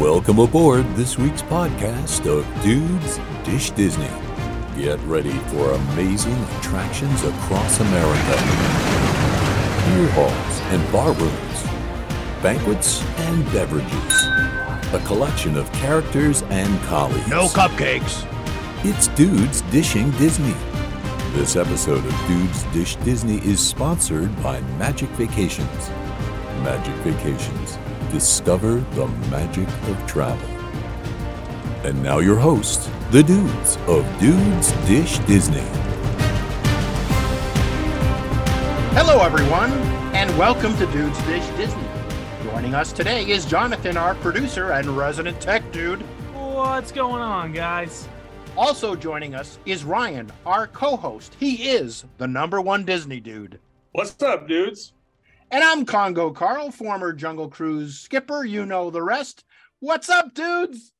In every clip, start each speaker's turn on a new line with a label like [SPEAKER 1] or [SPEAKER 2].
[SPEAKER 1] Welcome aboard this week's podcast of Dudes Dish Disney. Get ready for amazing attractions across America. Beer halls and bar rooms, banquets and beverages, a collection of characters and colleagues.
[SPEAKER 2] No cupcakes.
[SPEAKER 1] It's Dudes Dishing Disney. This episode of Dudes Dish Disney is sponsored by Magic Vacations. Magic Vacations. Discover the magic of travel. And now, your hosts, the dudes of Dudes Dish Disney.
[SPEAKER 3] Hello, everyone, and welcome to Dudes Dish Disney. Joining us today is Jonathan, our producer and resident tech dude.
[SPEAKER 4] What's going on, guys?
[SPEAKER 3] Also joining us is Ryan, our co host. He is the number one Disney dude.
[SPEAKER 5] What's up, dudes?
[SPEAKER 3] And I'm Congo Carl, former Jungle Cruise skipper. You know the rest. What's up, dudes?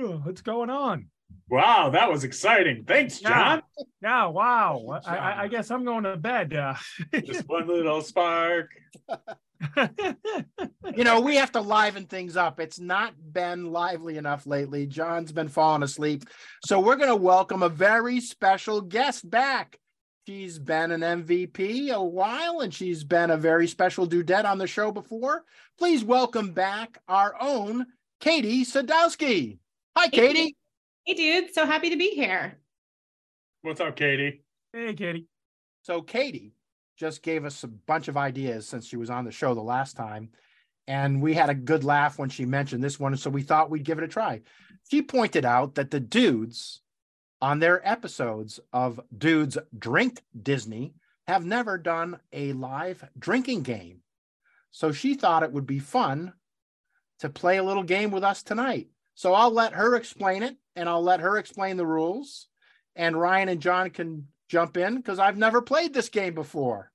[SPEAKER 4] Ugh, What's going on?
[SPEAKER 5] Wow, that was exciting. Thanks,
[SPEAKER 4] Yeah.
[SPEAKER 5] John.
[SPEAKER 4] Yeah, wow.
[SPEAKER 3] Good
[SPEAKER 4] I, I, I
[SPEAKER 3] job.
[SPEAKER 4] guess I'm going to bed. Uh,
[SPEAKER 5] Just one little spark.
[SPEAKER 3] You know, we have to liven things up. It's not been lively enough lately. John's been falling asleep. So we're going to welcome a very special guest back. She's been an MVP a while and she's been a very special dudette on the show before. Please welcome back our own Katie Sadowski. Hi, Katie.
[SPEAKER 6] Hey, dude. So happy to be here.
[SPEAKER 5] What's up, Katie?
[SPEAKER 4] hey, Katie.
[SPEAKER 3] So Katie just gave us a bunch of ideas since she was on the show the last time. And we had a good laugh when she mentioned this one. So we thought we'd give it a try. She pointed out that the dudes on their episodes of Dudes Drink Disney have never done a live drinking game. So she thought it would be fun to play a little game with us tonight. So I'll let her explain it and I'll let her explain the rules. And Ryan and John can jump in because I've never played this game before.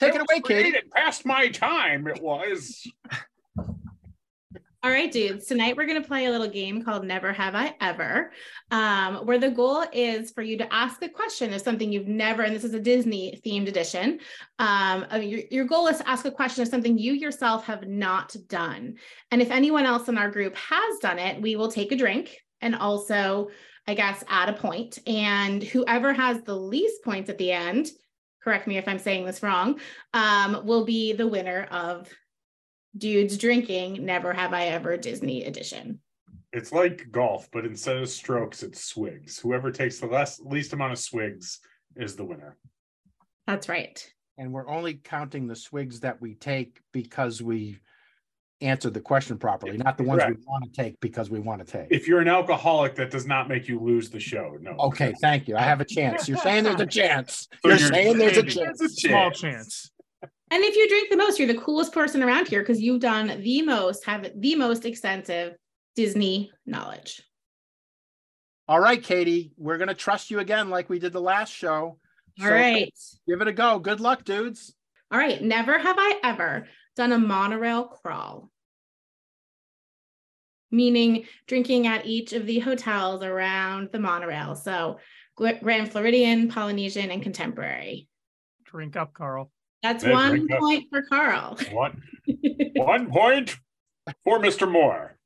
[SPEAKER 3] Take it,
[SPEAKER 5] was
[SPEAKER 3] away, Katie.
[SPEAKER 5] created Past my time, it was.
[SPEAKER 6] All right, dudes. Tonight we're going to play a little game called Never Have I Ever, um, where the goal is for you to ask a question of something you've never, and this is a Disney themed edition. Um, of your, your goal is to ask a question of something you yourself have not done. And if anyone else in our group has done it, we will take a drink and also, I guess, add a point. And whoever has the least points at the end, correct me if I'm saying this wrong, um, will be the winner of dudes drinking never have i ever disney edition
[SPEAKER 5] It's like golf, but instead of strokes, it's swigs. Whoever takes the less, least amount of swigs is the winner.
[SPEAKER 6] that's right
[SPEAKER 3] And we're only counting the swigs that we take because we answered the question properly, not the ones
[SPEAKER 5] Correct.
[SPEAKER 3] we want to take because we want to take.
[SPEAKER 5] If you're an alcoholic, that does not make you lose the show. No.
[SPEAKER 3] Okay, thank you. I have a chance. You're saying there's a chance.
[SPEAKER 5] So
[SPEAKER 3] you're, saying there's a
[SPEAKER 5] saying
[SPEAKER 3] chance.
[SPEAKER 5] there's a
[SPEAKER 4] Small chance.
[SPEAKER 6] and if you drink the most you're the coolest person around here because you've done the most have the most extensive disney knowledge
[SPEAKER 3] All right, Katie, we're gonna trust you again, like we did the last show.
[SPEAKER 6] All right.
[SPEAKER 3] give it a go. Good luck, dudes.
[SPEAKER 6] all right never have i ever done a monorail crawl meaning drinking at each of the hotels around the monorail so Gl- grand floridian polynesian and contemporary
[SPEAKER 4] Drink up, Carl.
[SPEAKER 6] that's
[SPEAKER 5] Yeah,
[SPEAKER 6] one
[SPEAKER 5] drink up.
[SPEAKER 6] point for carl
[SPEAKER 5] One, one point for Mr. Moore.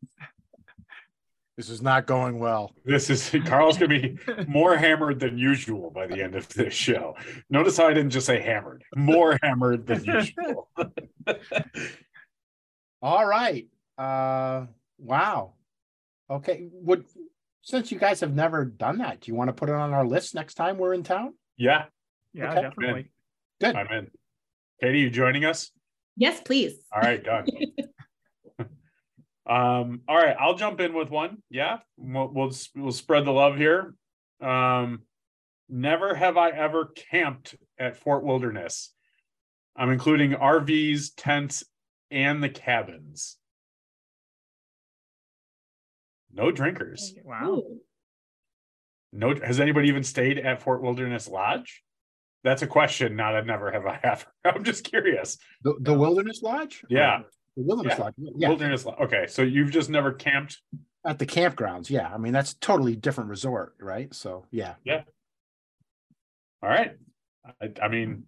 [SPEAKER 3] This is not going well.
[SPEAKER 5] This is Carl's going to be more hammered than usual by the end of this show. Notice how I didn't just say hammered, more hammered than usual.
[SPEAKER 3] All right. Uh wow. Okay. Would since you guys have never done that, do you want to put it on our list next time we're in town?
[SPEAKER 5] Yeah,
[SPEAKER 4] Yeah,
[SPEAKER 3] Okay.
[SPEAKER 4] definitely.
[SPEAKER 5] I'm in. Katie, you joining us?
[SPEAKER 6] yes please
[SPEAKER 5] All right, done. um, all right, I'll jump in with one. Yeah, we'll we'll, we'll spread the love here. Um, never have I ever camped at Fort Wilderness. I'm including RVs, tents, and the cabins. No drinkers.
[SPEAKER 4] Wow.
[SPEAKER 6] Ooh.
[SPEAKER 5] No, has anybody even stayed at Fort Wilderness Lodge? That's a question. Not a never have I ever. I'm just curious.
[SPEAKER 3] The, the Wilderness Lodge?
[SPEAKER 5] Yeah.
[SPEAKER 3] The Wilderness
[SPEAKER 5] Yeah.
[SPEAKER 3] Lodge. Yeah.
[SPEAKER 5] Wilderness Lodge. Okay, so you've just never camped.
[SPEAKER 3] At the campgrounds. Yeah. I mean, that's a totally different resort, right? So yeah.
[SPEAKER 5] All right. I, I mean,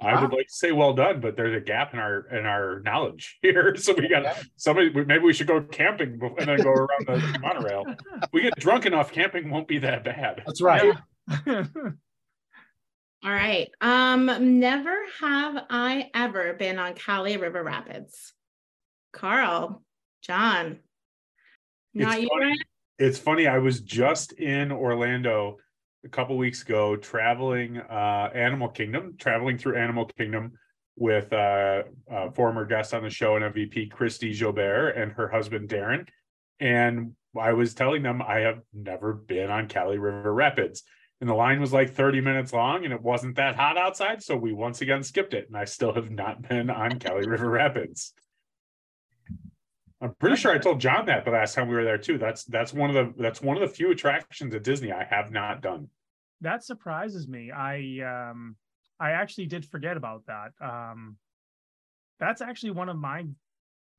[SPEAKER 5] I would
[SPEAKER 3] Wow.
[SPEAKER 5] like to say well done, but there's a gap in our in our knowledge here. So we got
[SPEAKER 3] Yeah.
[SPEAKER 5] somebody. we- Maybe we should go camping before- and then go around the monorail. If we get drunk enough, camping won't be that bad.
[SPEAKER 3] That's right.
[SPEAKER 6] All right. Um, never have I ever been on Cali River Rapids. Carl, John. Not you.
[SPEAKER 5] funny.
[SPEAKER 6] Ryan?
[SPEAKER 5] It's funny. I was just in Orlando a couple weeks ago, traveling uh, Animal Kingdom, traveling through Animal Kingdom with uh, uh, former guest on the show and MVP Christy Jobert and her husband Darren. And I was telling them I have never been on Cali River Rapids. And the line was like 30 minutes long and it wasn't that hot outside. So we once again skipped it. And I still have not been on Cali River Rapids. I'm pretty sure I told John that the last time we were there too. That's that's one of the that's one of the few attractions at Disney I have not done.
[SPEAKER 4] that surprises me. I um I actually did forget about that. Um that's actually one of my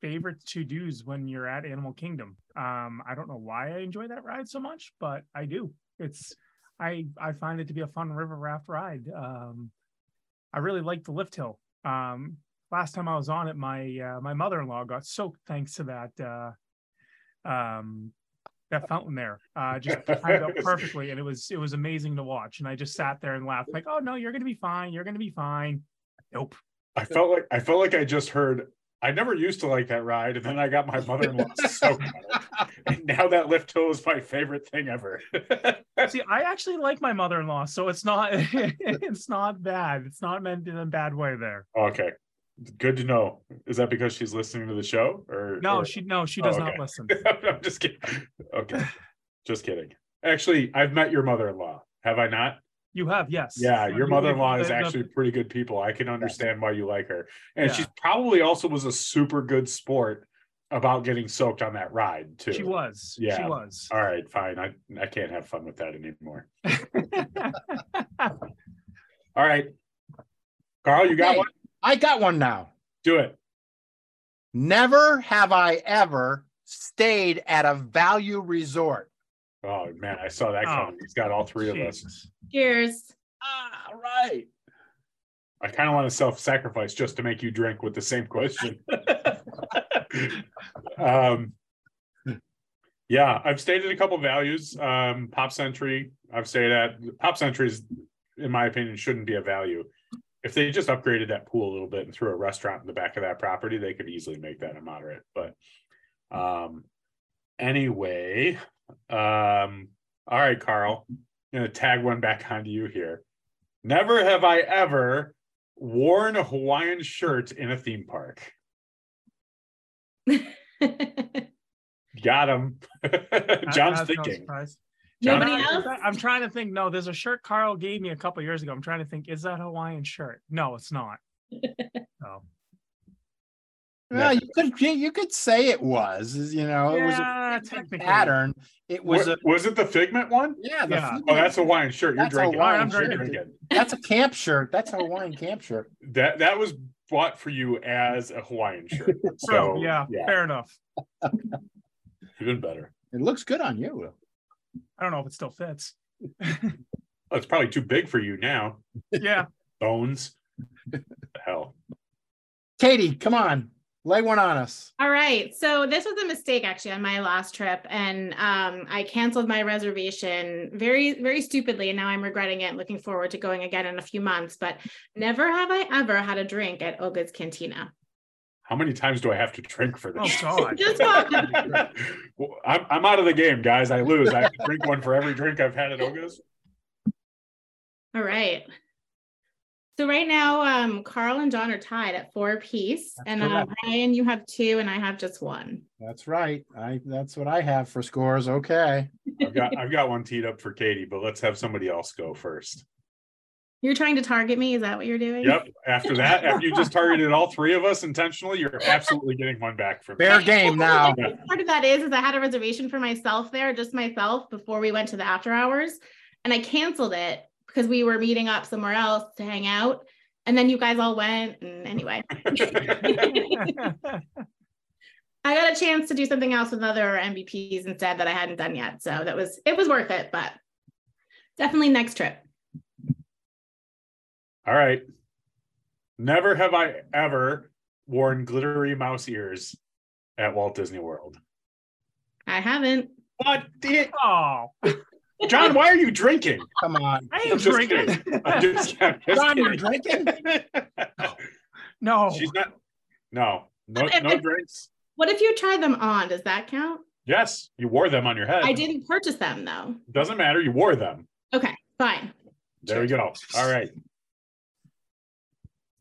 [SPEAKER 4] favorite to-dos when you're at Animal Kingdom. Um I don't know why I enjoy that ride so much, but I do. It's I I find it to be a fun river raft ride. Um I really like the lift hill. Um last time I was on it my uh, my mother-in-law got soaked thanks to that uh um that fountain there. Uh just timed out perfectly and it was it was amazing to watch and i just sat there and laughed like oh no you're gonna be fine you're gonna be fine nope
[SPEAKER 5] I felt like I felt like I just heard I never used to like that ride, and then I got my mother-in-law soaked. on it. And now that lift hill is my favorite thing ever.
[SPEAKER 4] see i actually like my mother-in-law so it's not it's not bad it's not meant in a bad way there
[SPEAKER 5] okay. Good to know. Is that because she's listening to the show? Or
[SPEAKER 4] no
[SPEAKER 5] or-
[SPEAKER 4] she no she
[SPEAKER 5] Oh,
[SPEAKER 4] does
[SPEAKER 5] okay.
[SPEAKER 4] not listen
[SPEAKER 5] I'm just kidding. Okay. Just kidding. Actually, I've met your mother-in-law. Have I not?
[SPEAKER 4] you have yes
[SPEAKER 5] Yeah, your mother-in-law is
[SPEAKER 4] The- the-
[SPEAKER 5] actually pretty good people. I can understand why you like her. And
[SPEAKER 4] Yeah.
[SPEAKER 5] she's probably also was a super good sport about getting soaked on that ride too.
[SPEAKER 4] she was she
[SPEAKER 5] Yeah.
[SPEAKER 4] was
[SPEAKER 5] All right, fine. I I can't have fun with that anymore. All right. Carl, you got
[SPEAKER 3] Okay,
[SPEAKER 5] one?
[SPEAKER 3] I got one now.
[SPEAKER 5] Do it.
[SPEAKER 3] Never have I ever stayed at a value resort.
[SPEAKER 5] Oh man, I saw that
[SPEAKER 4] Oh,
[SPEAKER 5] coming. He's got all three of us.
[SPEAKER 4] Jesus.
[SPEAKER 6] Cheers.
[SPEAKER 5] Ah, right. I kind of want to self-sacrifice just to make you drink with the same question. um, yeah, I've stayed at a couple values. Um, Pop Century, I've stayed at Pop Century's, in my opinion, shouldn't be a value. If they just upgraded that pool a little bit and threw a restaurant in the back of that property, they could easily make that a moderate. But um, anyway, um, all right, Carl, I'm gonna tag one back onto you here. Never have I ever worn a Hawaiian shirt in a theme park. Got him.
[SPEAKER 4] That- that's
[SPEAKER 5] John's
[SPEAKER 4] no
[SPEAKER 5] thinking.
[SPEAKER 4] surprise.
[SPEAKER 5] John-
[SPEAKER 6] Nobody
[SPEAKER 4] I'm
[SPEAKER 6] else?
[SPEAKER 4] trying- I'm trying to think. No, there's a shirt Carl gave me a couple years ago. I'm trying to think. Is that Hawaiian shirt? No, it's not. Oh,
[SPEAKER 3] Well, you could you- you could say it was, is- you know, Oh, it was
[SPEAKER 4] Yeah,
[SPEAKER 3] a
[SPEAKER 4] technically.
[SPEAKER 3] figment pattern. It was
[SPEAKER 5] was,
[SPEAKER 3] a
[SPEAKER 5] it, was it the Figment one?
[SPEAKER 3] yeah, the
[SPEAKER 4] Yeah.
[SPEAKER 3] figment-
[SPEAKER 5] Oh, that's a Hawaiian shirt. You're
[SPEAKER 3] That's a
[SPEAKER 5] drinking.
[SPEAKER 3] Hawaiian
[SPEAKER 5] I'm
[SPEAKER 4] shirt.
[SPEAKER 5] drinking.
[SPEAKER 3] that's a camp shirt. That's a Hawaiian camp shirt.
[SPEAKER 5] That that was bought for you as a Hawaiian shirt. So
[SPEAKER 4] True, yeah,
[SPEAKER 5] yeah,
[SPEAKER 4] fair enough.
[SPEAKER 5] even better.
[SPEAKER 3] It looks good on you.
[SPEAKER 4] I don't know if it still fits.
[SPEAKER 5] Oh, it's probably too big for you now.
[SPEAKER 4] Yeah,
[SPEAKER 5] Bones. The hell.
[SPEAKER 3] Katie, come on. Lay one on us.
[SPEAKER 6] All right. So this was a mistake actually on my last trip. And um, I canceled my reservation very, very stupidly. And now I'm regretting it, looking forward to going again in a few months. But never have I ever had a drink at Oga's Cantina.
[SPEAKER 5] How many times do I have to drink for
[SPEAKER 4] oh
[SPEAKER 5] this?
[SPEAKER 4] God.
[SPEAKER 6] Just one.
[SPEAKER 5] Well, I'm, I'm out of the game, guys. I lose. I have to drink one for every drink I've had at Oga's.
[SPEAKER 6] All right. So right now, um, Carl and John are tied at four apiece.
[SPEAKER 3] That's
[SPEAKER 6] and uh,
[SPEAKER 3] correct.
[SPEAKER 6] Ryan, you have two, and I have just one.
[SPEAKER 3] That's right. I that's what I have for scores. Okay.
[SPEAKER 5] I've got I've got one teed up for Katie, but let's have somebody else go first.
[SPEAKER 6] You're trying to target me. Is that what you're doing?
[SPEAKER 5] Yep. After that, after you just targeted all three of us intentionally, you're absolutely getting one back from me.
[SPEAKER 3] Fair game now.
[SPEAKER 6] part of that is is I had a reservation for myself there, just myself, before we went to the after hours, and I canceled it because we were meeting up somewhere else to hang out, and then you guys all went. And anyway, I got a chance to do something else with other MVPs instead that I hadn't done yet, so that was it was worth it, but definitely next trip.
[SPEAKER 5] All right. Never have I ever worn glittery mouse ears at Walt Disney World.
[SPEAKER 6] I haven't.
[SPEAKER 5] What? the-
[SPEAKER 4] Oh,
[SPEAKER 5] John, why are you drinking?
[SPEAKER 3] Come on.
[SPEAKER 4] I
[SPEAKER 5] I'm
[SPEAKER 4] ain't
[SPEAKER 5] just
[SPEAKER 4] drinking.
[SPEAKER 5] I'm just, I'm just
[SPEAKER 3] John, you're
[SPEAKER 5] kidding.
[SPEAKER 3] drinking?
[SPEAKER 4] no,
[SPEAKER 5] She's not. No, no,
[SPEAKER 6] If
[SPEAKER 5] no
[SPEAKER 6] it-
[SPEAKER 5] drinks.
[SPEAKER 6] What if you tried them on? Does that count?
[SPEAKER 5] Yes, you wore them on your head.
[SPEAKER 6] I didn't purchase them though.
[SPEAKER 5] Doesn't matter. You wore them.
[SPEAKER 6] Okay, fine.
[SPEAKER 5] There we go. All right.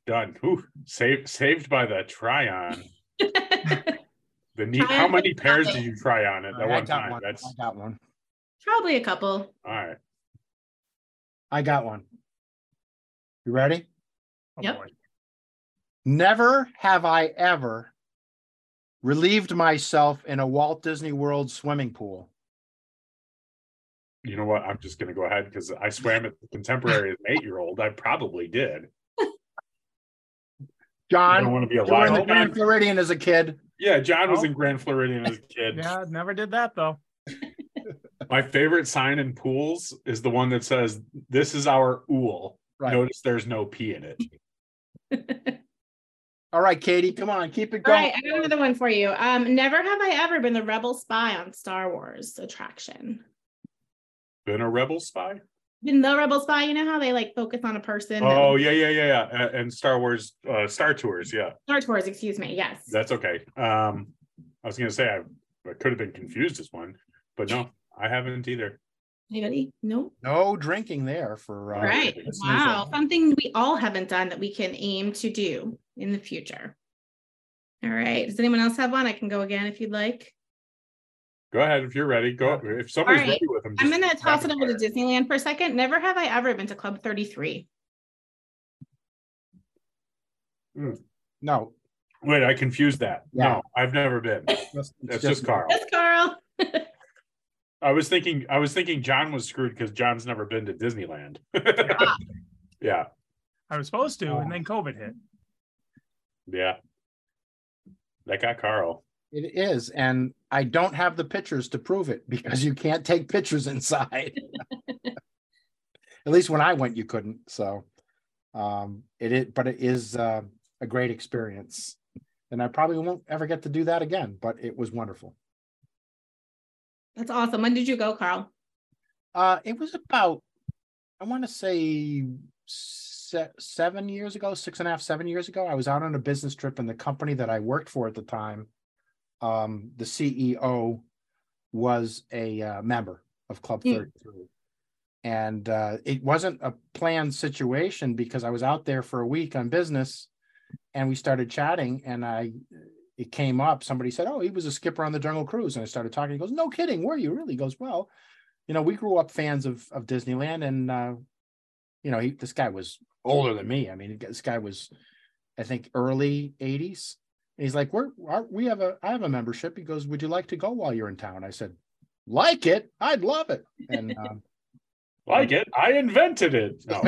[SPEAKER 5] Done. Ooh, saved saved by the try on. The knee, how
[SPEAKER 6] Try-on
[SPEAKER 5] many
[SPEAKER 6] with
[SPEAKER 5] pairs
[SPEAKER 6] nothing.
[SPEAKER 5] did you try on at that
[SPEAKER 3] All right, I
[SPEAKER 5] one
[SPEAKER 3] got
[SPEAKER 5] time?
[SPEAKER 3] one.
[SPEAKER 5] That's
[SPEAKER 3] I got one.
[SPEAKER 6] Probably a couple.
[SPEAKER 5] all right.
[SPEAKER 3] I got one. You ready?
[SPEAKER 4] Oh,
[SPEAKER 6] Yep.
[SPEAKER 4] boy.
[SPEAKER 3] Never have I ever relieved myself in a Walt Disney World swimming pool.
[SPEAKER 5] You know what? I'm just gonna go ahead because I swam at the contemporary as an eight year old. I probably did. I don't
[SPEAKER 3] John,
[SPEAKER 5] want to be a
[SPEAKER 3] you were in the
[SPEAKER 5] liar.
[SPEAKER 3] Grand Floridian as a kid.
[SPEAKER 5] Yeah, John was
[SPEAKER 4] Oh.
[SPEAKER 5] in Grand Floridian as a kid.
[SPEAKER 4] yeah, never did that though.
[SPEAKER 5] My favorite sign in pools is the one that says, This is our ool.
[SPEAKER 3] Right.
[SPEAKER 5] Notice there's no P in it.
[SPEAKER 3] All right, Katie, come on, keep it
[SPEAKER 6] All
[SPEAKER 3] going.
[SPEAKER 6] right, I got another one for you. Um, never have I ever been the rebel spy on Star Wars attraction.
[SPEAKER 5] Been a rebel spy?
[SPEAKER 6] Been the rebel spy, you know how they like focus on a person. that-
[SPEAKER 5] Oh, yeah, yeah, yeah, yeah. A- And Star Wars, uh, Star Tours. Yeah,
[SPEAKER 6] Star Tours, excuse me. Yes.
[SPEAKER 5] that's okay. Um, I was going to say I, I could have been confused as one, but no, I haven't either.
[SPEAKER 6] Anybody? No.
[SPEAKER 3] No drinking there for uh,
[SPEAKER 5] All
[SPEAKER 6] Right.
[SPEAKER 5] it's new
[SPEAKER 6] Wow.
[SPEAKER 5] then.
[SPEAKER 6] Something we all haven't done that we can aim to do in the future. All right. Does anyone else have one? I can go again if you'd like.
[SPEAKER 5] Go ahead if you're ready. Go if somebody's
[SPEAKER 6] All right.
[SPEAKER 5] ready with them.
[SPEAKER 6] I'm
[SPEAKER 5] just
[SPEAKER 6] going to toss it
[SPEAKER 5] rapid
[SPEAKER 6] over to
[SPEAKER 5] fire.
[SPEAKER 6] Disneyland for a second. Never have I ever been to Club 33.
[SPEAKER 3] no.
[SPEAKER 5] Wait, I confused that.
[SPEAKER 3] Yeah.
[SPEAKER 5] No, I've never been.
[SPEAKER 3] It's just,
[SPEAKER 5] That's just Carl.
[SPEAKER 6] Yes, Carl.
[SPEAKER 5] I was thinking I was thinking John was screwed because John's never been to Disneyland.
[SPEAKER 6] Ah.
[SPEAKER 5] yeah.
[SPEAKER 4] I was supposed to, and
[SPEAKER 5] Oh.
[SPEAKER 4] then COVID hit.
[SPEAKER 5] Yeah. That got Carl.
[SPEAKER 3] It is, and I don't have the pictures to prove it because you can't take pictures inside. At least when I went, you couldn't. So um, it is, but it is uh, a great experience, and I probably won't ever get to do that again. But it was wonderful.
[SPEAKER 6] That's awesome. When did you go, Carl?
[SPEAKER 3] Uh, it was about, I want to say se- seven years ago, six and a half, seven years ago. I was out on a business trip, and the company that I worked for at the time, um, the CEO was a uh, member of Club
[SPEAKER 6] Mm.
[SPEAKER 3] 33. And uh, it wasn't a planned situation because I was out there for a week on business and we started chatting. And I, it came up, somebody said, Oh, he was a skipper on the Jungle Cruise. And I started talking. He goes, No kidding. Were you really? He goes, Well, you know, we grew up fans of of Disneyland, and uh, you know, he this guy was older than me. I mean, this guy was, I think, early '80s. And he's like, "We're are, we have a I have a membership." He goes, "Would you like to go while you're in town?" I said, "Like it? I'd love it." And um,
[SPEAKER 5] Like it. I invented it. No,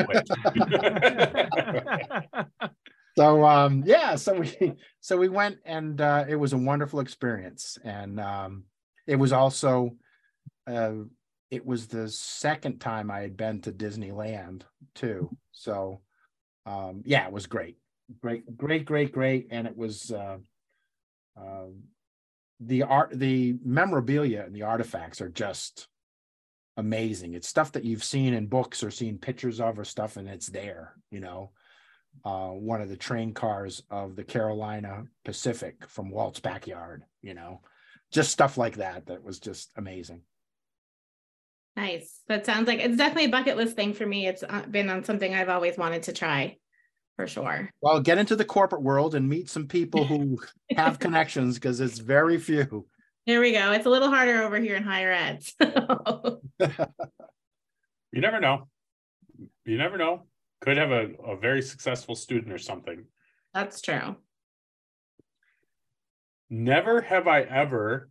[SPEAKER 5] wait.
[SPEAKER 3] so um yeah so we so we went and uh it was a wonderful experience and um it was also uh it was the second time i had been to disneyland too so um yeah it was great great great great great and it was uh, uh the art the memorabilia and the artifacts are just amazing it's stuff that you've seen in books or seen pictures of or stuff and it's there you know uh, one of the train cars of the Carolina Pacific from Walt's backyard, you know, just stuff like that. That was just amazing.
[SPEAKER 6] Nice. That sounds like it's definitely a bucket list thing for me. It's uh, been on something I've always wanted to try for sure.
[SPEAKER 3] Well, get into the corporate world and meet some people who have connections because it's very few.
[SPEAKER 6] There we go. It's a little harder over here in higher ed. So.
[SPEAKER 5] you never know. You never know. Could have a, a very successful student or something.
[SPEAKER 6] That's true.
[SPEAKER 5] Never have I ever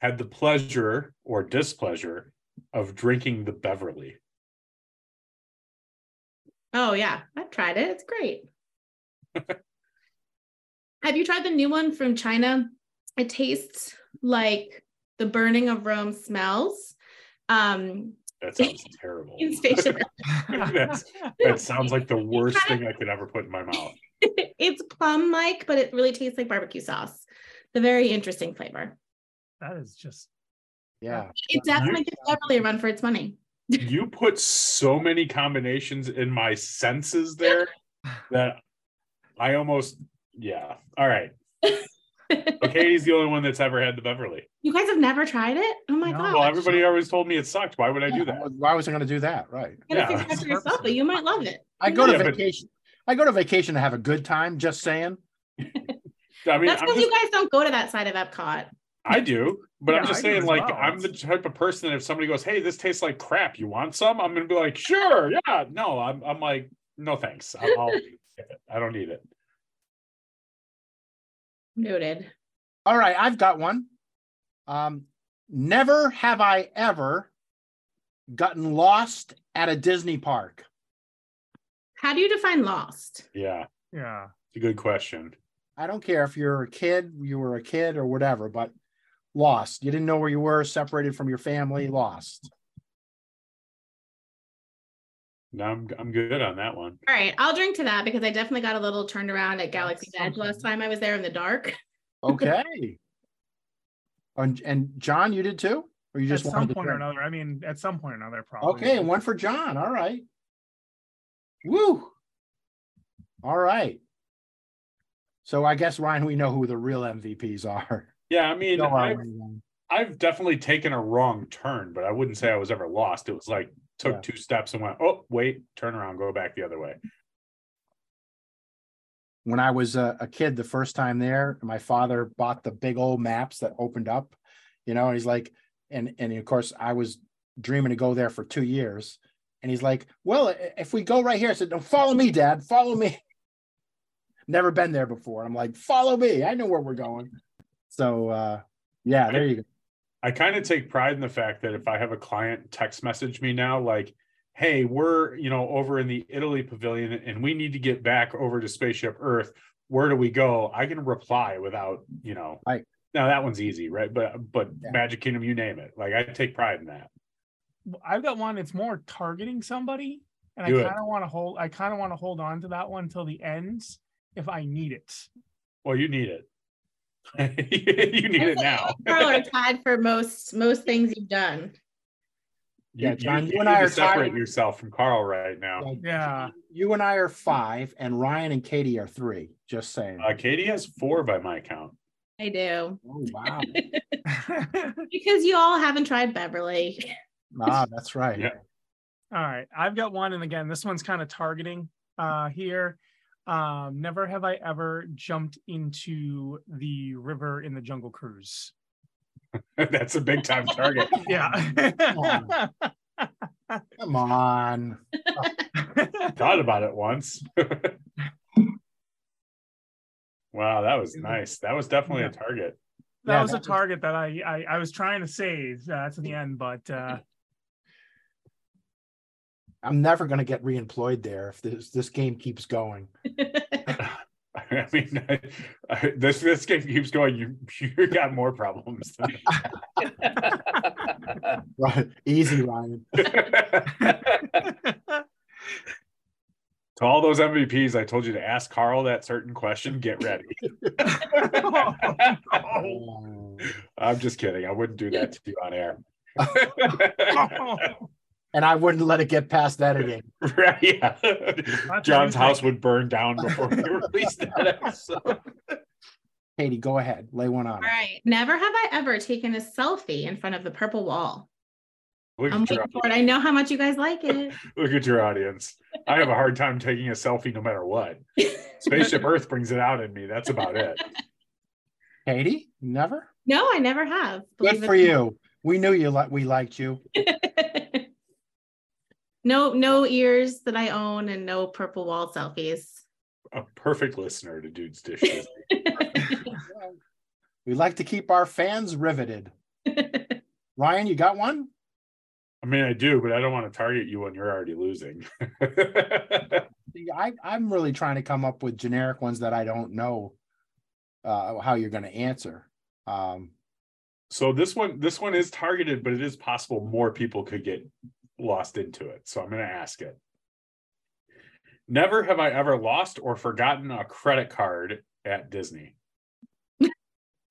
[SPEAKER 5] had the pleasure or displeasure of drinking the Beverly.
[SPEAKER 6] Oh yeah, I've tried it. It's great. Have you tried the new one from China? It tastes like the burning of Rome smells. Um,
[SPEAKER 5] That sounds terrible.
[SPEAKER 6] in station.
[SPEAKER 5] That's- That sounds like the worst thing I could ever put in my mouth.
[SPEAKER 6] It's plum like, but it really tastes like barbecue sauce. The very interesting flavor.
[SPEAKER 4] That is just
[SPEAKER 3] Yeah.
[SPEAKER 6] It definitely gives Beverly a run for its money.
[SPEAKER 5] you put so many combinations in my senses there that I almost yeah. All right. But Katie's the only one that's ever had the Beverly.
[SPEAKER 6] you guys have never tried it? Oh my
[SPEAKER 4] No.
[SPEAKER 6] god!
[SPEAKER 5] Well, everybody always told me it sucked. Why would I do that?
[SPEAKER 3] Why was I going to do that? Right.
[SPEAKER 6] you gotta
[SPEAKER 5] yeah.
[SPEAKER 6] figure it out for yourself, but you might love it.
[SPEAKER 3] I go to
[SPEAKER 5] Yeah, but-
[SPEAKER 3] vacation. I go to vacation to have a good time. Just saying.
[SPEAKER 5] I mean,
[SPEAKER 6] That's
[SPEAKER 5] I'm
[SPEAKER 6] because
[SPEAKER 5] just,
[SPEAKER 6] you guys don't go to that side of Epcot.
[SPEAKER 5] I do, but I'm
[SPEAKER 4] Yeah,
[SPEAKER 5] just
[SPEAKER 4] I do
[SPEAKER 5] saying,
[SPEAKER 4] as
[SPEAKER 5] like,
[SPEAKER 4] well.
[SPEAKER 5] I'm the type of person that if somebody goes, "Hey, this tastes like crap. You want some?" I'm gonna be like, "Sure, yeah." No, I'm, I'm like, "No, thanks. I'll, I'll I don't need it."
[SPEAKER 6] Noted.
[SPEAKER 3] All right, I've got one. Um, never have I ever gotten lost at a Disney park.
[SPEAKER 6] How do you define lost?
[SPEAKER 5] Yeah,
[SPEAKER 4] yeah.
[SPEAKER 5] it's a good question.
[SPEAKER 3] I don't care if you're a kid, you were a kid or whatever, but lost. You didn't know where you were, separated from your family, lost.
[SPEAKER 5] No, I'm, I'm good on that one.
[SPEAKER 6] All right, I'll drink to that because I definitely got a little turned around at Galaxy's
[SPEAKER 4] That's
[SPEAKER 6] Edge last time I was there in the dark.
[SPEAKER 3] Okay. and and John, you did too, or you just
[SPEAKER 4] at
[SPEAKER 3] wanted
[SPEAKER 4] some
[SPEAKER 3] to
[SPEAKER 4] point or
[SPEAKER 3] drink?
[SPEAKER 4] another. I mean, at some point or another, probably.
[SPEAKER 3] Okay, one for John. All right. Woo. All right. So I guess Ryan, we know who the real MVPs are.
[SPEAKER 5] Yeah, I mean,
[SPEAKER 3] Go on,
[SPEAKER 5] I,
[SPEAKER 3] Ryan.
[SPEAKER 5] I've definitely taken a wrong turn, but I wouldn't say I was ever lost. It was like took
[SPEAKER 3] Yeah.
[SPEAKER 5] two steps and went, oh wait, turn around, go back the other way.
[SPEAKER 3] when I was a, a kid, the first time there, my father bought the big old maps that opened up, you know, and he's like, and and of course I was dreaming to go there for two years, and he's like, well, i- if we go right here, I said, no, follow me, Dad, follow me. Never been there before. I'm like, follow me. I know where we're going. So uh, yeah, there you go.
[SPEAKER 5] I kind of take pride in the fact that if I have a client text message me now, like, hey, we're you know over in the Italy pavilion and we need to get back over to spaceship Earth. Where do we go? I can reply without, you know,
[SPEAKER 3] Right.
[SPEAKER 5] now that one's easy, right? But but
[SPEAKER 3] Yeah.
[SPEAKER 5] Magic Kingdom, you name it. Like I take pride in that.
[SPEAKER 4] I've got one. It's more targeting somebody, and
[SPEAKER 5] Do
[SPEAKER 4] I
[SPEAKER 5] it.
[SPEAKER 4] kind of want to hold. I kind of want to hold on to that one till the end if I need it.
[SPEAKER 5] Well, you need it. you need it now.
[SPEAKER 6] Carl are tied for most most things you've done.
[SPEAKER 3] Yeah, John,
[SPEAKER 5] you,
[SPEAKER 3] you and
[SPEAKER 5] need
[SPEAKER 3] I
[SPEAKER 5] to
[SPEAKER 3] are
[SPEAKER 5] separate
[SPEAKER 3] tied.
[SPEAKER 5] yourself from Carl right now.
[SPEAKER 3] Like,
[SPEAKER 4] Yeah.
[SPEAKER 3] You and I are five, and Ryan and Katie are three. Just saying.
[SPEAKER 5] Uh, Katie has four by my count.
[SPEAKER 6] I do
[SPEAKER 3] Oh wow!
[SPEAKER 4] All
[SPEAKER 6] because you all haven't tried Beverly.
[SPEAKER 3] ah, that's right.
[SPEAKER 5] Yeah.
[SPEAKER 4] right, I've got one, and again, this one's kind of targeting uh, here. Um, never have I ever jumped into the river in the Jungle Cruise.
[SPEAKER 5] That's a big time target.
[SPEAKER 4] Yeah.
[SPEAKER 3] Come on.
[SPEAKER 5] Thought about it once. wow, that was nice. That was definitely a target.
[SPEAKER 4] that
[SPEAKER 3] Yeah,
[SPEAKER 4] was
[SPEAKER 3] that
[SPEAKER 4] a
[SPEAKER 3] was-
[SPEAKER 4] target that I, I I was trying to save uh, to the end, but uh,
[SPEAKER 3] I'm never going to get reemployed there if this this game keeps going.
[SPEAKER 5] I mean, I, I, this this game keeps going. You you got more problems. than-
[SPEAKER 3] Right, easy, Ryan.
[SPEAKER 5] to all those MVPs, I told you to ask Carl that certain question. Get ready.
[SPEAKER 3] Oh.
[SPEAKER 5] I'm just kidding. I wouldn't do that to you on air.
[SPEAKER 3] And I wouldn't let it get past editing.
[SPEAKER 5] right, yeah.
[SPEAKER 4] Not
[SPEAKER 5] John's
[SPEAKER 4] Tuesday.
[SPEAKER 5] house would burn down before we released that episode.
[SPEAKER 3] Katie, go ahead, lay one on.
[SPEAKER 6] All right, never have I ever taken a selfie in front of the purple wall.
[SPEAKER 5] Look
[SPEAKER 6] I'm
[SPEAKER 5] at, your,
[SPEAKER 6] waiting for it. I know how much you guys like it.
[SPEAKER 5] look at your audience. I have a hard time taking a selfie no matter what. Spaceship Earth brings it out in me. That's about it.
[SPEAKER 3] Katie, never.
[SPEAKER 6] no, I never have.
[SPEAKER 3] Good
[SPEAKER 6] believe it
[SPEAKER 3] for
[SPEAKER 6] or not.
[SPEAKER 3] you. We knew you like we liked you.
[SPEAKER 6] no, no ears that I own, and no purple wall selfies.
[SPEAKER 5] A perfect listener to Dude's Dishes.
[SPEAKER 3] We like to keep our fans riveted. Ryan, you got one?
[SPEAKER 5] I mean, I do, but I don't want to target you when you're already losing.
[SPEAKER 3] I, I'm really trying to come up with generic ones that I don't know uh, how you're going to answer. Um,
[SPEAKER 5] so this one, this one is targeted, but it is possible more people could get lost into it. So I'm going to ask it. Never have I ever lost or forgotten a credit card at Disney.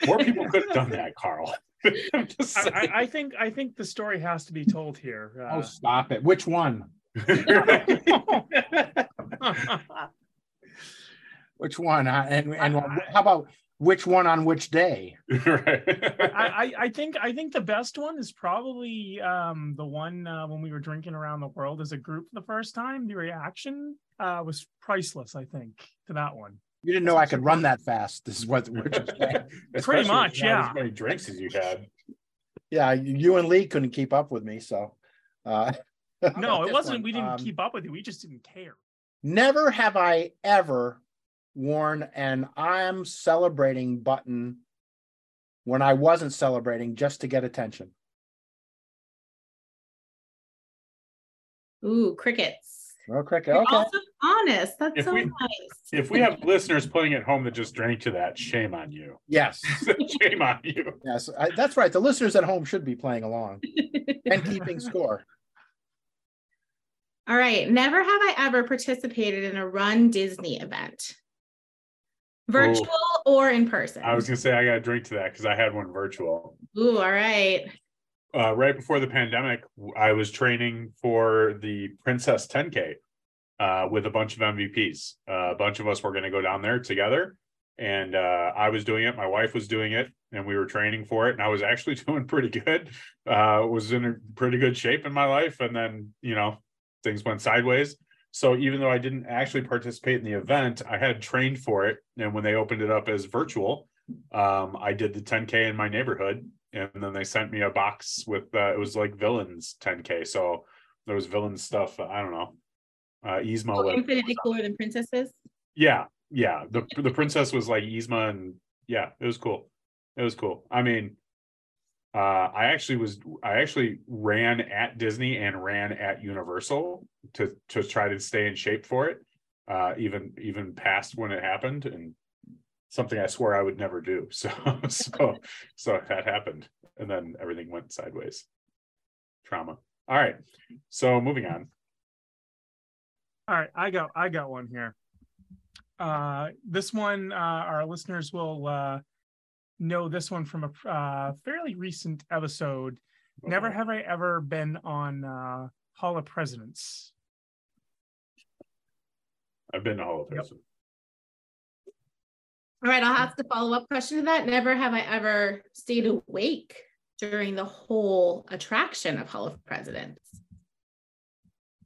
[SPEAKER 5] More people could have done that, Carl. I'm just
[SPEAKER 4] I,
[SPEAKER 5] saying.
[SPEAKER 4] I, I think I think the story has to be told here.
[SPEAKER 3] Oh, stop it. Which one? Oh,
[SPEAKER 4] Uh,
[SPEAKER 3] Which one? Uh, And, and how about which one on which day?
[SPEAKER 4] I,
[SPEAKER 5] right.
[SPEAKER 4] I, I think I think the best one is probably um, the one uh, when we were drinking around the world as a group for the first time. The reaction uh, was priceless. I think to that one.
[SPEAKER 3] You didn't know I could run that fast. This is what which is
[SPEAKER 5] Especially if
[SPEAKER 4] much,
[SPEAKER 5] you had
[SPEAKER 4] yeah.
[SPEAKER 5] As many drinks as you had.
[SPEAKER 3] yeah, you and Lee couldn't keep up with me, so uh how
[SPEAKER 4] No,
[SPEAKER 3] about
[SPEAKER 4] it
[SPEAKER 3] this
[SPEAKER 4] wasn't.
[SPEAKER 3] one?
[SPEAKER 4] We didn't
[SPEAKER 3] Um,
[SPEAKER 4] keep up with you. We just didn't care.
[SPEAKER 3] Never have I ever worn an I'm celebrating button when I wasn't celebrating just to get attention.
[SPEAKER 6] Ooh, crickets.
[SPEAKER 3] No cricket.
[SPEAKER 6] You're
[SPEAKER 3] Okay.
[SPEAKER 6] Also honest. That's
[SPEAKER 5] If
[SPEAKER 6] so
[SPEAKER 5] we-
[SPEAKER 6] nice.
[SPEAKER 5] If we have listeners playing at home that just drank to that, shame on you.
[SPEAKER 3] Yes.
[SPEAKER 5] shame on you.
[SPEAKER 3] Yes. I, that's right. The listeners at home should be playing along and keeping score.
[SPEAKER 6] All right. Never have I ever participated in a Run Disney event, virtual or in person.
[SPEAKER 5] Oh. I was gonna say I got to drink to that because I had one virtual.
[SPEAKER 6] Ooh, all right.
[SPEAKER 5] uh, right before the pandemic, w- I was training for the Princess 10K uh, with a bunch of MVPs. Uh, a bunch of us were going to go down there together, and uh, I was doing it. My wife was doing it, and we were training for it. And I was actually doing pretty good. Uh, was in a pretty good shape in my life, and then you know things went sideways. So even though I didn't actually participate in the event, I had trained for it. And when they opened it up as virtual, um, I did the 10K in my neighborhood and then they sent me a box with uh, it was like villains 10k so there was villain stuff i don't know uh yzma
[SPEAKER 6] Oh,
[SPEAKER 5] was,
[SPEAKER 6] infinitely cooler than princesses.
[SPEAKER 5] yeah yeah the the princess was like yzma and yeah it was cool it was cool i mean uh i actually was i actually ran at disney and ran at universal to to try to stay in shape for it uh even even past when it happened and something i swear i would never do so so so that happened and then everything went sideways trauma all right so moving on
[SPEAKER 4] All right, I got I got one here. Uh, this one, uh, our listeners will uh, know this one from a uh, fairly recent episode.
[SPEAKER 3] Uh-huh.
[SPEAKER 4] Never have I ever been on uh, Hall of Presidents.
[SPEAKER 5] i've been to all of
[SPEAKER 4] Yep.
[SPEAKER 5] those
[SPEAKER 6] All right, I'll ask the follow up question to that. Never have I ever stayed awake during the whole attraction of Hall of Presidents.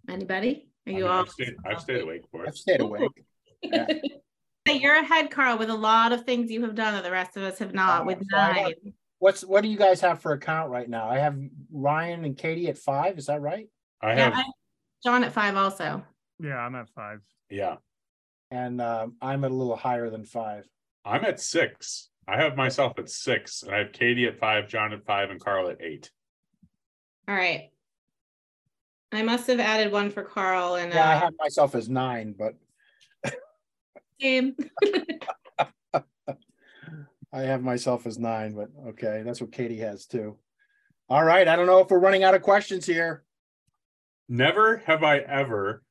[SPEAKER 6] Anybody? Are
[SPEAKER 5] I
[SPEAKER 6] you all?
[SPEAKER 5] have stayed, I've stayed awake for
[SPEAKER 3] I've
[SPEAKER 5] it
[SPEAKER 3] stayed awake. yeah.
[SPEAKER 6] But You're ahead, Carl, with a lot of things you have done that the rest of us have not.
[SPEAKER 3] Uh,
[SPEAKER 6] With
[SPEAKER 3] so I
[SPEAKER 6] nine,
[SPEAKER 3] What's what do you guys have for a count right now? I have Ryan and Katie at five. Is that right?
[SPEAKER 5] i
[SPEAKER 6] Yeah,
[SPEAKER 5] have
[SPEAKER 6] I- John at five also.
[SPEAKER 4] Yeah, I'm at five.
[SPEAKER 5] yeah
[SPEAKER 3] And um, I'm at a little higher than five.
[SPEAKER 5] i'm at six i have myself at six and i have katie at five john at five and carl at eight
[SPEAKER 6] All right. I must have added one for Carl and
[SPEAKER 3] Yeah, I
[SPEAKER 6] uh,
[SPEAKER 3] have myself as nine, but
[SPEAKER 6] Sam.
[SPEAKER 3] I have myself as nine. But okay, that's what Katie has too. All right. I don't know if we're running out of questions here.
[SPEAKER 5] never have i ever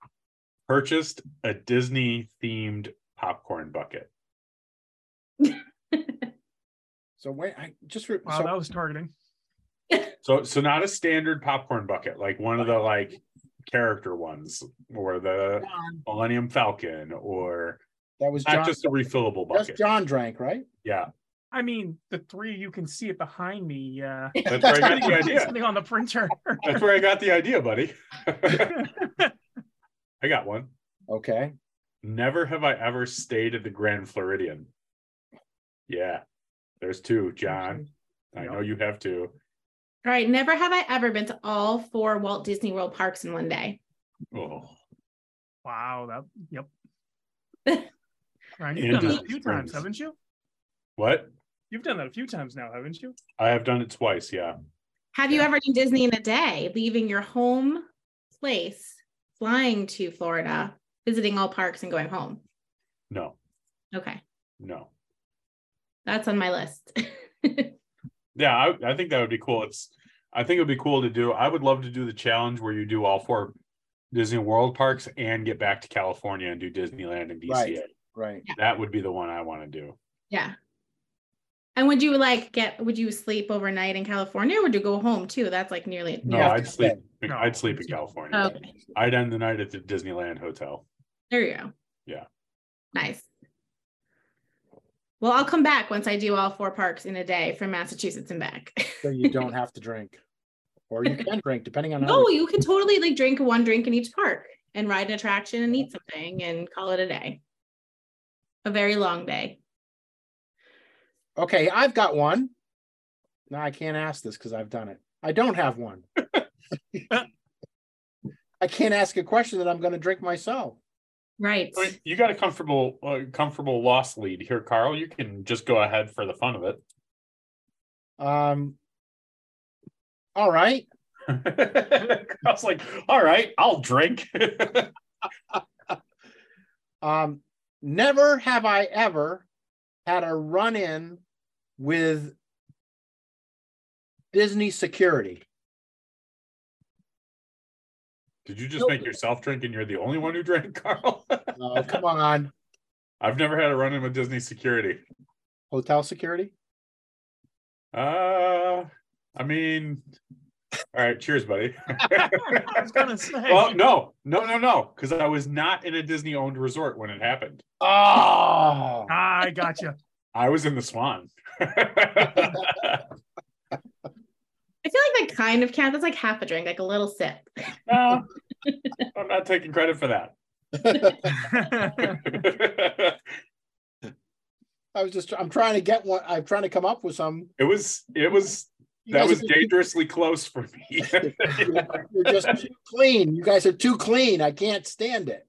[SPEAKER 5] purchased a disney themed popcorn bucket
[SPEAKER 3] So wait, I just re-
[SPEAKER 4] Wow,
[SPEAKER 3] so
[SPEAKER 4] that was targeting.
[SPEAKER 5] So so not a standard popcorn bucket, like one of the like character ones or the
[SPEAKER 3] John-
[SPEAKER 5] Millennium Falcon or
[SPEAKER 3] that was John.
[SPEAKER 5] not just a refillable
[SPEAKER 3] just
[SPEAKER 5] bucket.
[SPEAKER 3] John drank, right?
[SPEAKER 5] Yeah.
[SPEAKER 4] I mean, the three you can see it behind me. Uh,
[SPEAKER 5] That's where I got the idea.
[SPEAKER 4] something on the printer.
[SPEAKER 5] That's where I got the idea, buddy. I got one.
[SPEAKER 3] Okay.
[SPEAKER 5] Never have I ever stayed at the Grand Floridian. Yeah. There's two, John. I know you have two.
[SPEAKER 6] All right, never have I ever been to all four Walt Disney World parks in one day.
[SPEAKER 5] Oh.
[SPEAKER 4] Wow, that yep. Ryan,
[SPEAKER 5] And
[SPEAKER 4] you've done that a
[SPEAKER 5] Disney
[SPEAKER 4] few times,
[SPEAKER 5] Springs.
[SPEAKER 4] haven't you?
[SPEAKER 5] What?
[SPEAKER 4] You've done that a few times now, haven't you?
[SPEAKER 5] I have done it twice, yeah.
[SPEAKER 6] Have you ever done Disney in a day, leaving your home place, flying to Florida, visiting all parks, and going home?
[SPEAKER 5] No,
[SPEAKER 6] Okay,
[SPEAKER 5] no.
[SPEAKER 6] that's on my list.
[SPEAKER 5] Yeah, I, I think that would be cool. It's I think it would be cool to do. I would love to do the challenge where you do all four Disney World parks and get back to California and do Disneyland and DCA.
[SPEAKER 3] Right. Right.
[SPEAKER 5] That would be the one I want to do.
[SPEAKER 6] Yeah. And would you like get would you sleep overnight in California or would you go home too? That's like nearly
[SPEAKER 5] No,
[SPEAKER 3] Yeah.
[SPEAKER 5] I'd sleep.
[SPEAKER 4] No.
[SPEAKER 5] I'd sleep in California.
[SPEAKER 6] Okay.
[SPEAKER 5] I'd end the night at the Disneyland hotel.
[SPEAKER 6] There you go.
[SPEAKER 5] Yeah.
[SPEAKER 6] Nice. Well, I'll come back once I do all four parks in a day from Massachusetts and back.
[SPEAKER 3] So you don't have to drink, or you can drink depending on. how
[SPEAKER 6] no,
[SPEAKER 3] you-
[SPEAKER 6] you can totally like drink one drink in each park and ride an attraction and eat something and call it a day. A very long day.
[SPEAKER 3] Okay, I've got one. No, I can't ask this because I've done it. I don't have one. I can't ask a question that I'm going to drink myself.
[SPEAKER 6] Right.
[SPEAKER 5] I mean, you got a comfortable, uh, comfortable loss lead here, Carl. You can just go ahead for the fun of
[SPEAKER 3] Um. All right.
[SPEAKER 5] it. I was like, all right, I'll drink.
[SPEAKER 3] Um. Never have I ever had a run-in with Disney security.
[SPEAKER 5] Did you just make yourself drink and you're the only one who drank, Carl?
[SPEAKER 3] Oh, come on,
[SPEAKER 5] I've never had a run in with Disney security.
[SPEAKER 3] hotel security.
[SPEAKER 5] Uh, I mean, all right, cheers, buddy.
[SPEAKER 4] I was gonna say.
[SPEAKER 5] well, no, no, no, no, because I was not in a Disney owned resort when it happened.
[SPEAKER 3] Oh.
[SPEAKER 4] Ah, I gotcha.
[SPEAKER 5] I was in the Swan.
[SPEAKER 6] I feel like that kind of counts. That's like half a drink, like a little sip.
[SPEAKER 5] no, I'm not taking credit for that.
[SPEAKER 3] I was just. I'm trying to get one. I'm trying to come up with some.
[SPEAKER 5] it was, it was,
[SPEAKER 3] You
[SPEAKER 5] that
[SPEAKER 3] guys
[SPEAKER 5] was
[SPEAKER 3] are-
[SPEAKER 5] dangerously close for me.
[SPEAKER 3] You're just too clean. You guys are too clean. I can't stand it.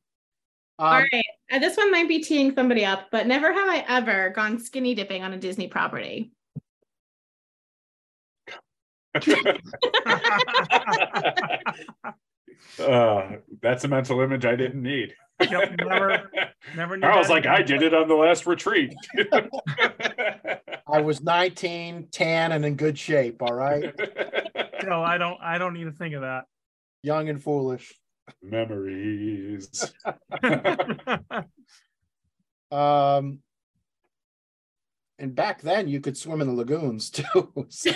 [SPEAKER 6] All
[SPEAKER 3] Um,
[SPEAKER 6] right. Uh, This one might be teeing somebody up, but never have I ever gone skinny dipping on a Disney property.
[SPEAKER 5] uh, that's a mental image I didn't need.
[SPEAKER 4] Yep, never, never. knew
[SPEAKER 5] I was
[SPEAKER 4] that
[SPEAKER 5] like,
[SPEAKER 4] again.
[SPEAKER 5] I did it on the last retreat.
[SPEAKER 3] I was 19, tan, and in good shape. All right.
[SPEAKER 4] No, I don't. I don't need to think of that.
[SPEAKER 3] Young and foolish.
[SPEAKER 5] Memories.
[SPEAKER 3] Um, and back then, you could swim in the lagoons too. so.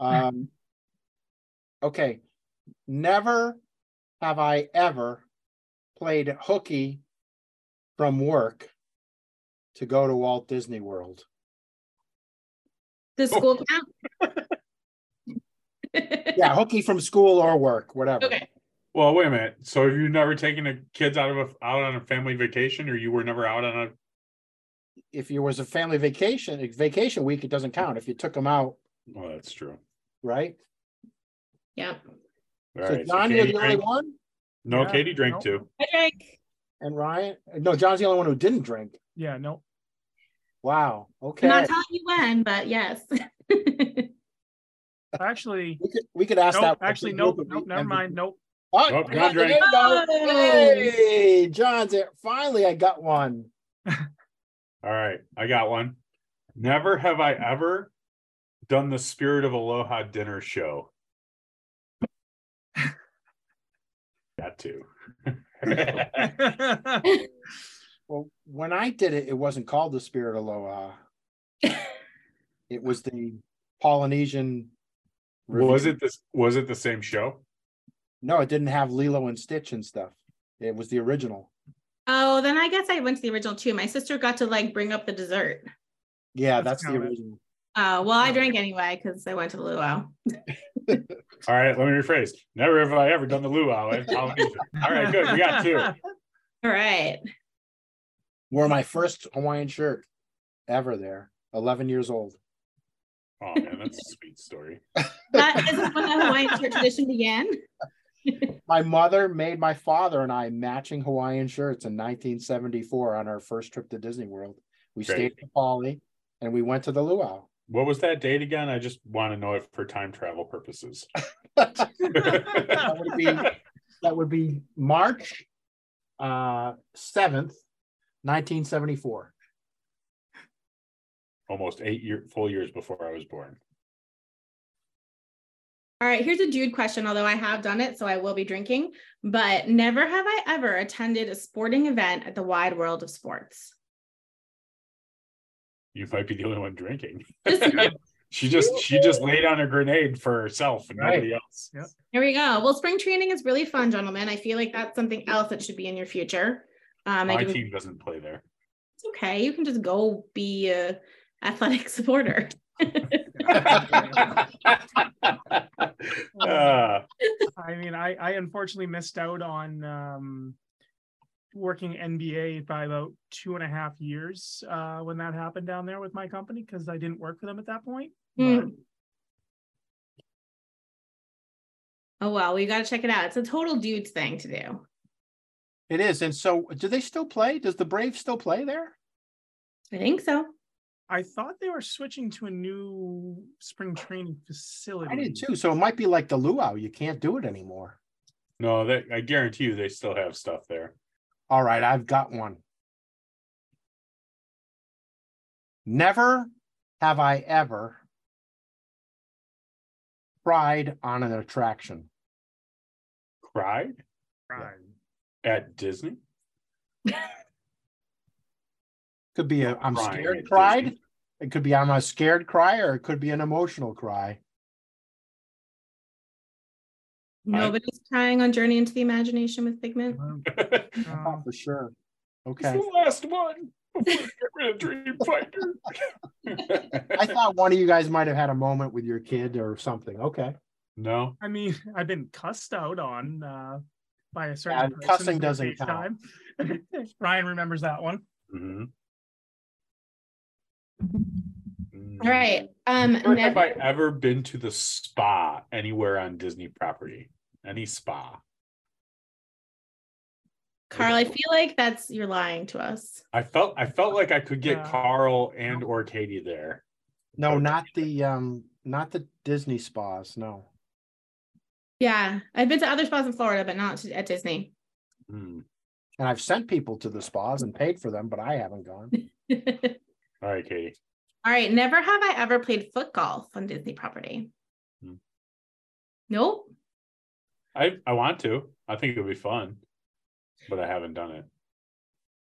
[SPEAKER 3] um, okay. Never have I ever played hooky from work to go to Walt Disney World.
[SPEAKER 6] Does school count?
[SPEAKER 3] yeah, hooky from school or work, whatever.
[SPEAKER 6] Okay.
[SPEAKER 5] Well, wait a minute. So have you never taken the kids out of a out on a family vacation, or you were never out on a?
[SPEAKER 3] If you was a family vacation, a vacation week, it doesn't count. If you took them out,
[SPEAKER 5] Well, that's true.
[SPEAKER 3] right?
[SPEAKER 6] Yep.
[SPEAKER 5] All
[SPEAKER 3] so
[SPEAKER 5] right. so
[SPEAKER 3] John, you're
[SPEAKER 5] Katie
[SPEAKER 3] the only
[SPEAKER 5] drank-
[SPEAKER 3] one,
[SPEAKER 5] No,
[SPEAKER 4] Yeah,
[SPEAKER 5] Katie drank
[SPEAKER 4] nope.
[SPEAKER 5] too.
[SPEAKER 6] I drank.
[SPEAKER 3] and Ryan. No, John's the only one who didn't drink.
[SPEAKER 4] yeah, no.
[SPEAKER 3] Wow.
[SPEAKER 6] I'm not
[SPEAKER 3] Okay.
[SPEAKER 6] telling you when, but yes.
[SPEAKER 4] Actually,
[SPEAKER 3] We could we could ask
[SPEAKER 4] nope.
[SPEAKER 3] that.
[SPEAKER 4] Actually, nope. Nope. Never mind. Nope.
[SPEAKER 3] Oh,
[SPEAKER 5] Nope, John
[SPEAKER 3] John, there
[SPEAKER 5] drank.
[SPEAKER 3] you go.
[SPEAKER 6] Oh.
[SPEAKER 3] Hey, John's it. Finally, I got one.
[SPEAKER 5] All right, I got one. Never have I ever done the Spirit of Aloha dinner show. Got to.
[SPEAKER 3] Well, when I did it, it wasn't called the Spirit Aloha. it was the Polynesian.
[SPEAKER 5] was
[SPEAKER 3] Review.
[SPEAKER 5] it this? Was it the same show?
[SPEAKER 3] No, it didn't have Lilo and Stitch and stuff. It was the original.
[SPEAKER 6] oh, then I guess I went to the original too. My sister got to like bring up the dessert.
[SPEAKER 3] Yeah, that's,
[SPEAKER 4] That's
[SPEAKER 3] the
[SPEAKER 4] kinda-
[SPEAKER 3] original.
[SPEAKER 6] Uh, well, I drank anyway because I went to the luau.
[SPEAKER 5] All right, let me rephrase. Never have I ever done the luau. in Polynesian. All right, good. We got two.
[SPEAKER 6] All right.
[SPEAKER 3] Wore my first Hawaiian shirt ever there, 11 years old.
[SPEAKER 5] Oh man, that's a sweet story.
[SPEAKER 6] That is when the Hawaiian shirt tradition began.
[SPEAKER 3] My mother made my father and I matching Hawaiian shirts in 1974 on our first trip to Disney World. We
[SPEAKER 5] Great.
[SPEAKER 3] stayed at Poly and we went to the luau.
[SPEAKER 5] What was that date again? I just want to know it for time travel purposes.
[SPEAKER 3] That would be that would be March uh 7th, 1974.
[SPEAKER 5] Almost eight year full years before I was born.
[SPEAKER 6] All right, here's a dude question, although I have done it, so I will be drinking. But never have I ever attended a sporting event at the wide world of sports.
[SPEAKER 5] You might be the only one drinking.
[SPEAKER 6] Just,
[SPEAKER 5] she just she just laid on a grenade for herself and
[SPEAKER 3] Right.
[SPEAKER 5] nobody else.
[SPEAKER 4] Yeah.
[SPEAKER 6] here we go. Well, spring training is really fun, gentlemen. I feel like that's something else that should be in your future. Um, I
[SPEAKER 5] My
[SPEAKER 6] do-
[SPEAKER 5] team doesn't play there.
[SPEAKER 6] it's okay. You can just go be a athletic supporter. Oh.
[SPEAKER 5] Uh,
[SPEAKER 4] I mean, I, I unfortunately missed out on um, working NBA by about two and a half years uh, when that happened down there with my company because I didn't work for them at that point.
[SPEAKER 6] Hmm.
[SPEAKER 4] But
[SPEAKER 6] Oh well, we got to check it out. It's a total dudes thing to do.
[SPEAKER 3] It is. And so do they still play? Does the Braves still play there?
[SPEAKER 6] I think so.
[SPEAKER 4] I thought they were switching to a new spring training facility.
[SPEAKER 3] I did too. So it might be like the luau. You can't do it anymore.
[SPEAKER 5] no, they, I guarantee you they still have stuff there.
[SPEAKER 3] All right, I've got one. Never have I ever cried on an attraction.
[SPEAKER 5] Cried
[SPEAKER 4] Right.
[SPEAKER 5] at Disney.
[SPEAKER 3] Could be a I'm
[SPEAKER 5] Crying at
[SPEAKER 3] scared
[SPEAKER 5] Disney.
[SPEAKER 3] cried. It could be I'm a scared cry, or it could be an emotional cry.
[SPEAKER 6] Nobody's crying on Journey into the Imagination with Figment.
[SPEAKER 4] Um,
[SPEAKER 3] Oh,
[SPEAKER 4] um,
[SPEAKER 3] for sure.
[SPEAKER 5] It's
[SPEAKER 3] Okay.
[SPEAKER 5] the last one before we get rid of Dreamfinder.
[SPEAKER 3] I thought one of you guys might have had a moment with your kid or something. Okay.
[SPEAKER 5] no,
[SPEAKER 4] I mean, I've been cussed out on uh, by a certain
[SPEAKER 3] Yeah,
[SPEAKER 4] person
[SPEAKER 3] cussing
[SPEAKER 4] for
[SPEAKER 3] doesn't
[SPEAKER 4] FaceTime. Ryan remembers that one.
[SPEAKER 5] Mhm.
[SPEAKER 6] All right.
[SPEAKER 5] Mm.
[SPEAKER 6] Um,
[SPEAKER 5] Never have
[SPEAKER 6] never-
[SPEAKER 5] Mm-hmm. I ever been to the spa anywhere on Disney property? Any spa?
[SPEAKER 6] Carl, I feel like that's you're lying to us.
[SPEAKER 5] I felt I felt like I could get
[SPEAKER 4] Yeah.
[SPEAKER 5] Carl and or Katie there.
[SPEAKER 3] No, not the um, not the Disney spas. No.
[SPEAKER 6] Yeah, I've been to other spots in Florida, but not to, at Disney.
[SPEAKER 5] Hmm.
[SPEAKER 3] And I've sent people to the spas and paid for them, but I haven't gone.
[SPEAKER 6] All
[SPEAKER 5] All right, Katie.
[SPEAKER 6] right, never have I ever played foot golf on Disney property.
[SPEAKER 5] Hmm.
[SPEAKER 6] Nope.
[SPEAKER 5] I I want to. I think it would be fun, but I haven't done it.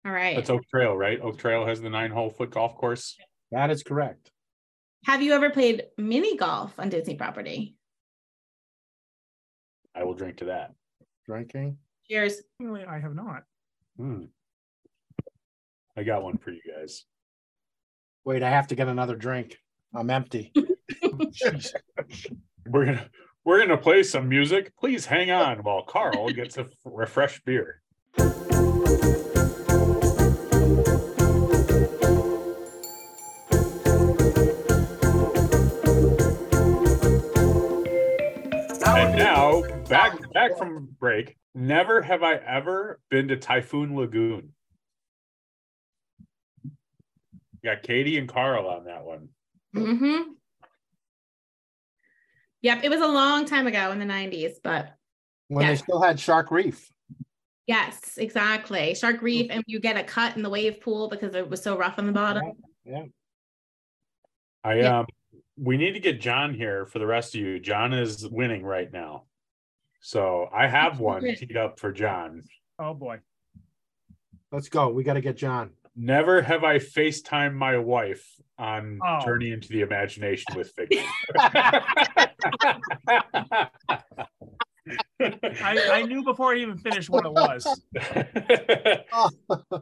[SPEAKER 6] All right.
[SPEAKER 5] That's Oak Trail, right? Oak Trail has the nine hole foot golf course.
[SPEAKER 3] That is correct.
[SPEAKER 6] Have you ever played mini golf on Disney property?
[SPEAKER 5] I will drink to that.
[SPEAKER 3] Drinking.
[SPEAKER 6] Cheers.
[SPEAKER 4] Anyway, I have not.
[SPEAKER 5] Hmm. I got one for you guys.
[SPEAKER 3] Wait, I have to get another drink. I'm empty.
[SPEAKER 5] We're gonna we're gonna play some music. Please hang on while Carl gets a refreshed beer. And now back back from break. Never have I ever been to Typhoon Lagoon. Got Katie and Carl on that one.
[SPEAKER 6] Mm-hmm. Yep, it was a long time ago in the 90s, but
[SPEAKER 3] when they
[SPEAKER 6] Yeah.
[SPEAKER 3] still had Shark Reef.
[SPEAKER 6] yes, exactly. Shark Reef, and you get a cut in the wave pool because it was so rough on the bottom.
[SPEAKER 5] I
[SPEAKER 6] Yeah.
[SPEAKER 5] um we need to get John here for the rest of you. John is winning right now. So I have one
[SPEAKER 6] Okay.
[SPEAKER 5] teed up for John.
[SPEAKER 4] Oh boy.
[SPEAKER 3] Let's go. We got to get John.
[SPEAKER 5] Never have I FaceTime my wife on
[SPEAKER 4] Oh.
[SPEAKER 5] Journey into the Imagination with Figment.
[SPEAKER 4] I, I knew before I even finished what it was.
[SPEAKER 5] oh,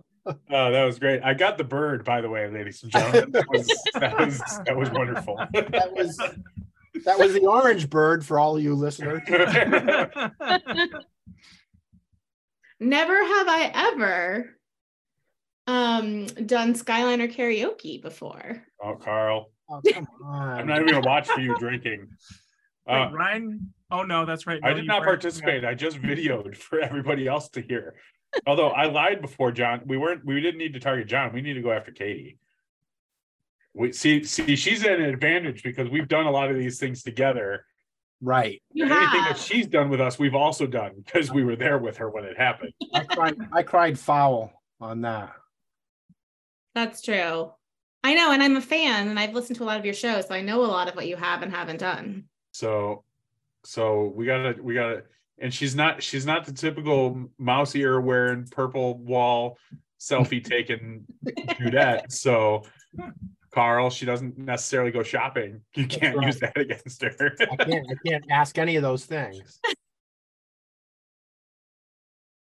[SPEAKER 5] that was great. I got the bird, by the way, ladies and gentlemen. That was, that was, that was wonderful.
[SPEAKER 3] That was that was the orange bird for all you listeners.
[SPEAKER 6] Never have I ever um done Skyliner karaoke before.
[SPEAKER 5] oh, Carl.
[SPEAKER 3] Oh, come
[SPEAKER 5] I'm
[SPEAKER 3] on.
[SPEAKER 5] not even gonna watch for you drinking. Uh,
[SPEAKER 4] Wait, Ryan. Oh no, that's right.
[SPEAKER 5] I
[SPEAKER 4] No,
[SPEAKER 5] did
[SPEAKER 4] you
[SPEAKER 5] not
[SPEAKER 4] weren't.
[SPEAKER 5] participate. I just videoed for everybody else to hear. Although I lied before John. We weren't. We didn't need to target John. We need to go after Katie. We see. See, she's at an advantage because we've done a lot of these things together.
[SPEAKER 3] Right.
[SPEAKER 6] You
[SPEAKER 5] And Anything that
[SPEAKER 6] have.
[SPEAKER 5] she's done with us, we've also done because we were there with her when it happened.
[SPEAKER 3] I cried, I cried foul on that.
[SPEAKER 6] That's true. I know, and I'm a fan, and I've listened to a lot of your shows, so I know a lot of what you have and haven't done.
[SPEAKER 5] So So we gotta we gotta and she's not she's not the typical mouse ear wearing purple wall selfie taking dudette. So Carl, she doesn't necessarily go shopping. You can't
[SPEAKER 3] right.
[SPEAKER 5] use that against her.
[SPEAKER 3] I can't, I can't ask any of those things.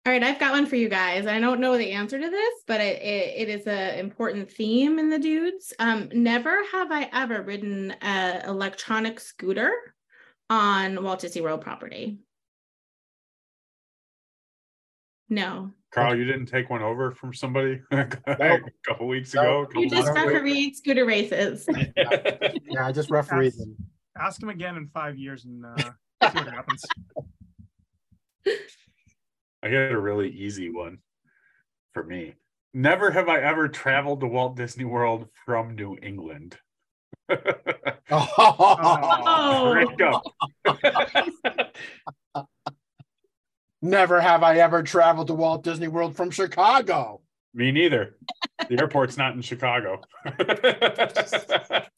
[SPEAKER 6] All right, I've got one for you guys. I don't know the answer to this, but it, it, it is an important theme in the dudes. Um, never have I ever ridden an electronic scooter on Walt Disney World property. No.
[SPEAKER 5] Carl, you didn't take one over from somebody a couple weeks
[SPEAKER 3] No.
[SPEAKER 5] ago. couple
[SPEAKER 6] You just
[SPEAKER 3] don't wait.
[SPEAKER 6] refereed scooter races.
[SPEAKER 5] months-
[SPEAKER 3] Yeah, I just refereed
[SPEAKER 4] That's-
[SPEAKER 3] them.
[SPEAKER 4] Ask him again in five years and uh, see what happens.
[SPEAKER 5] I got a really easy one for me. Never have I ever traveled to Walt Disney World from New England.
[SPEAKER 6] Oh,
[SPEAKER 5] Great job.
[SPEAKER 3] Never have I ever traveled to Walt Disney World from Chicago.
[SPEAKER 5] Me neither. The airport's not in Chicago.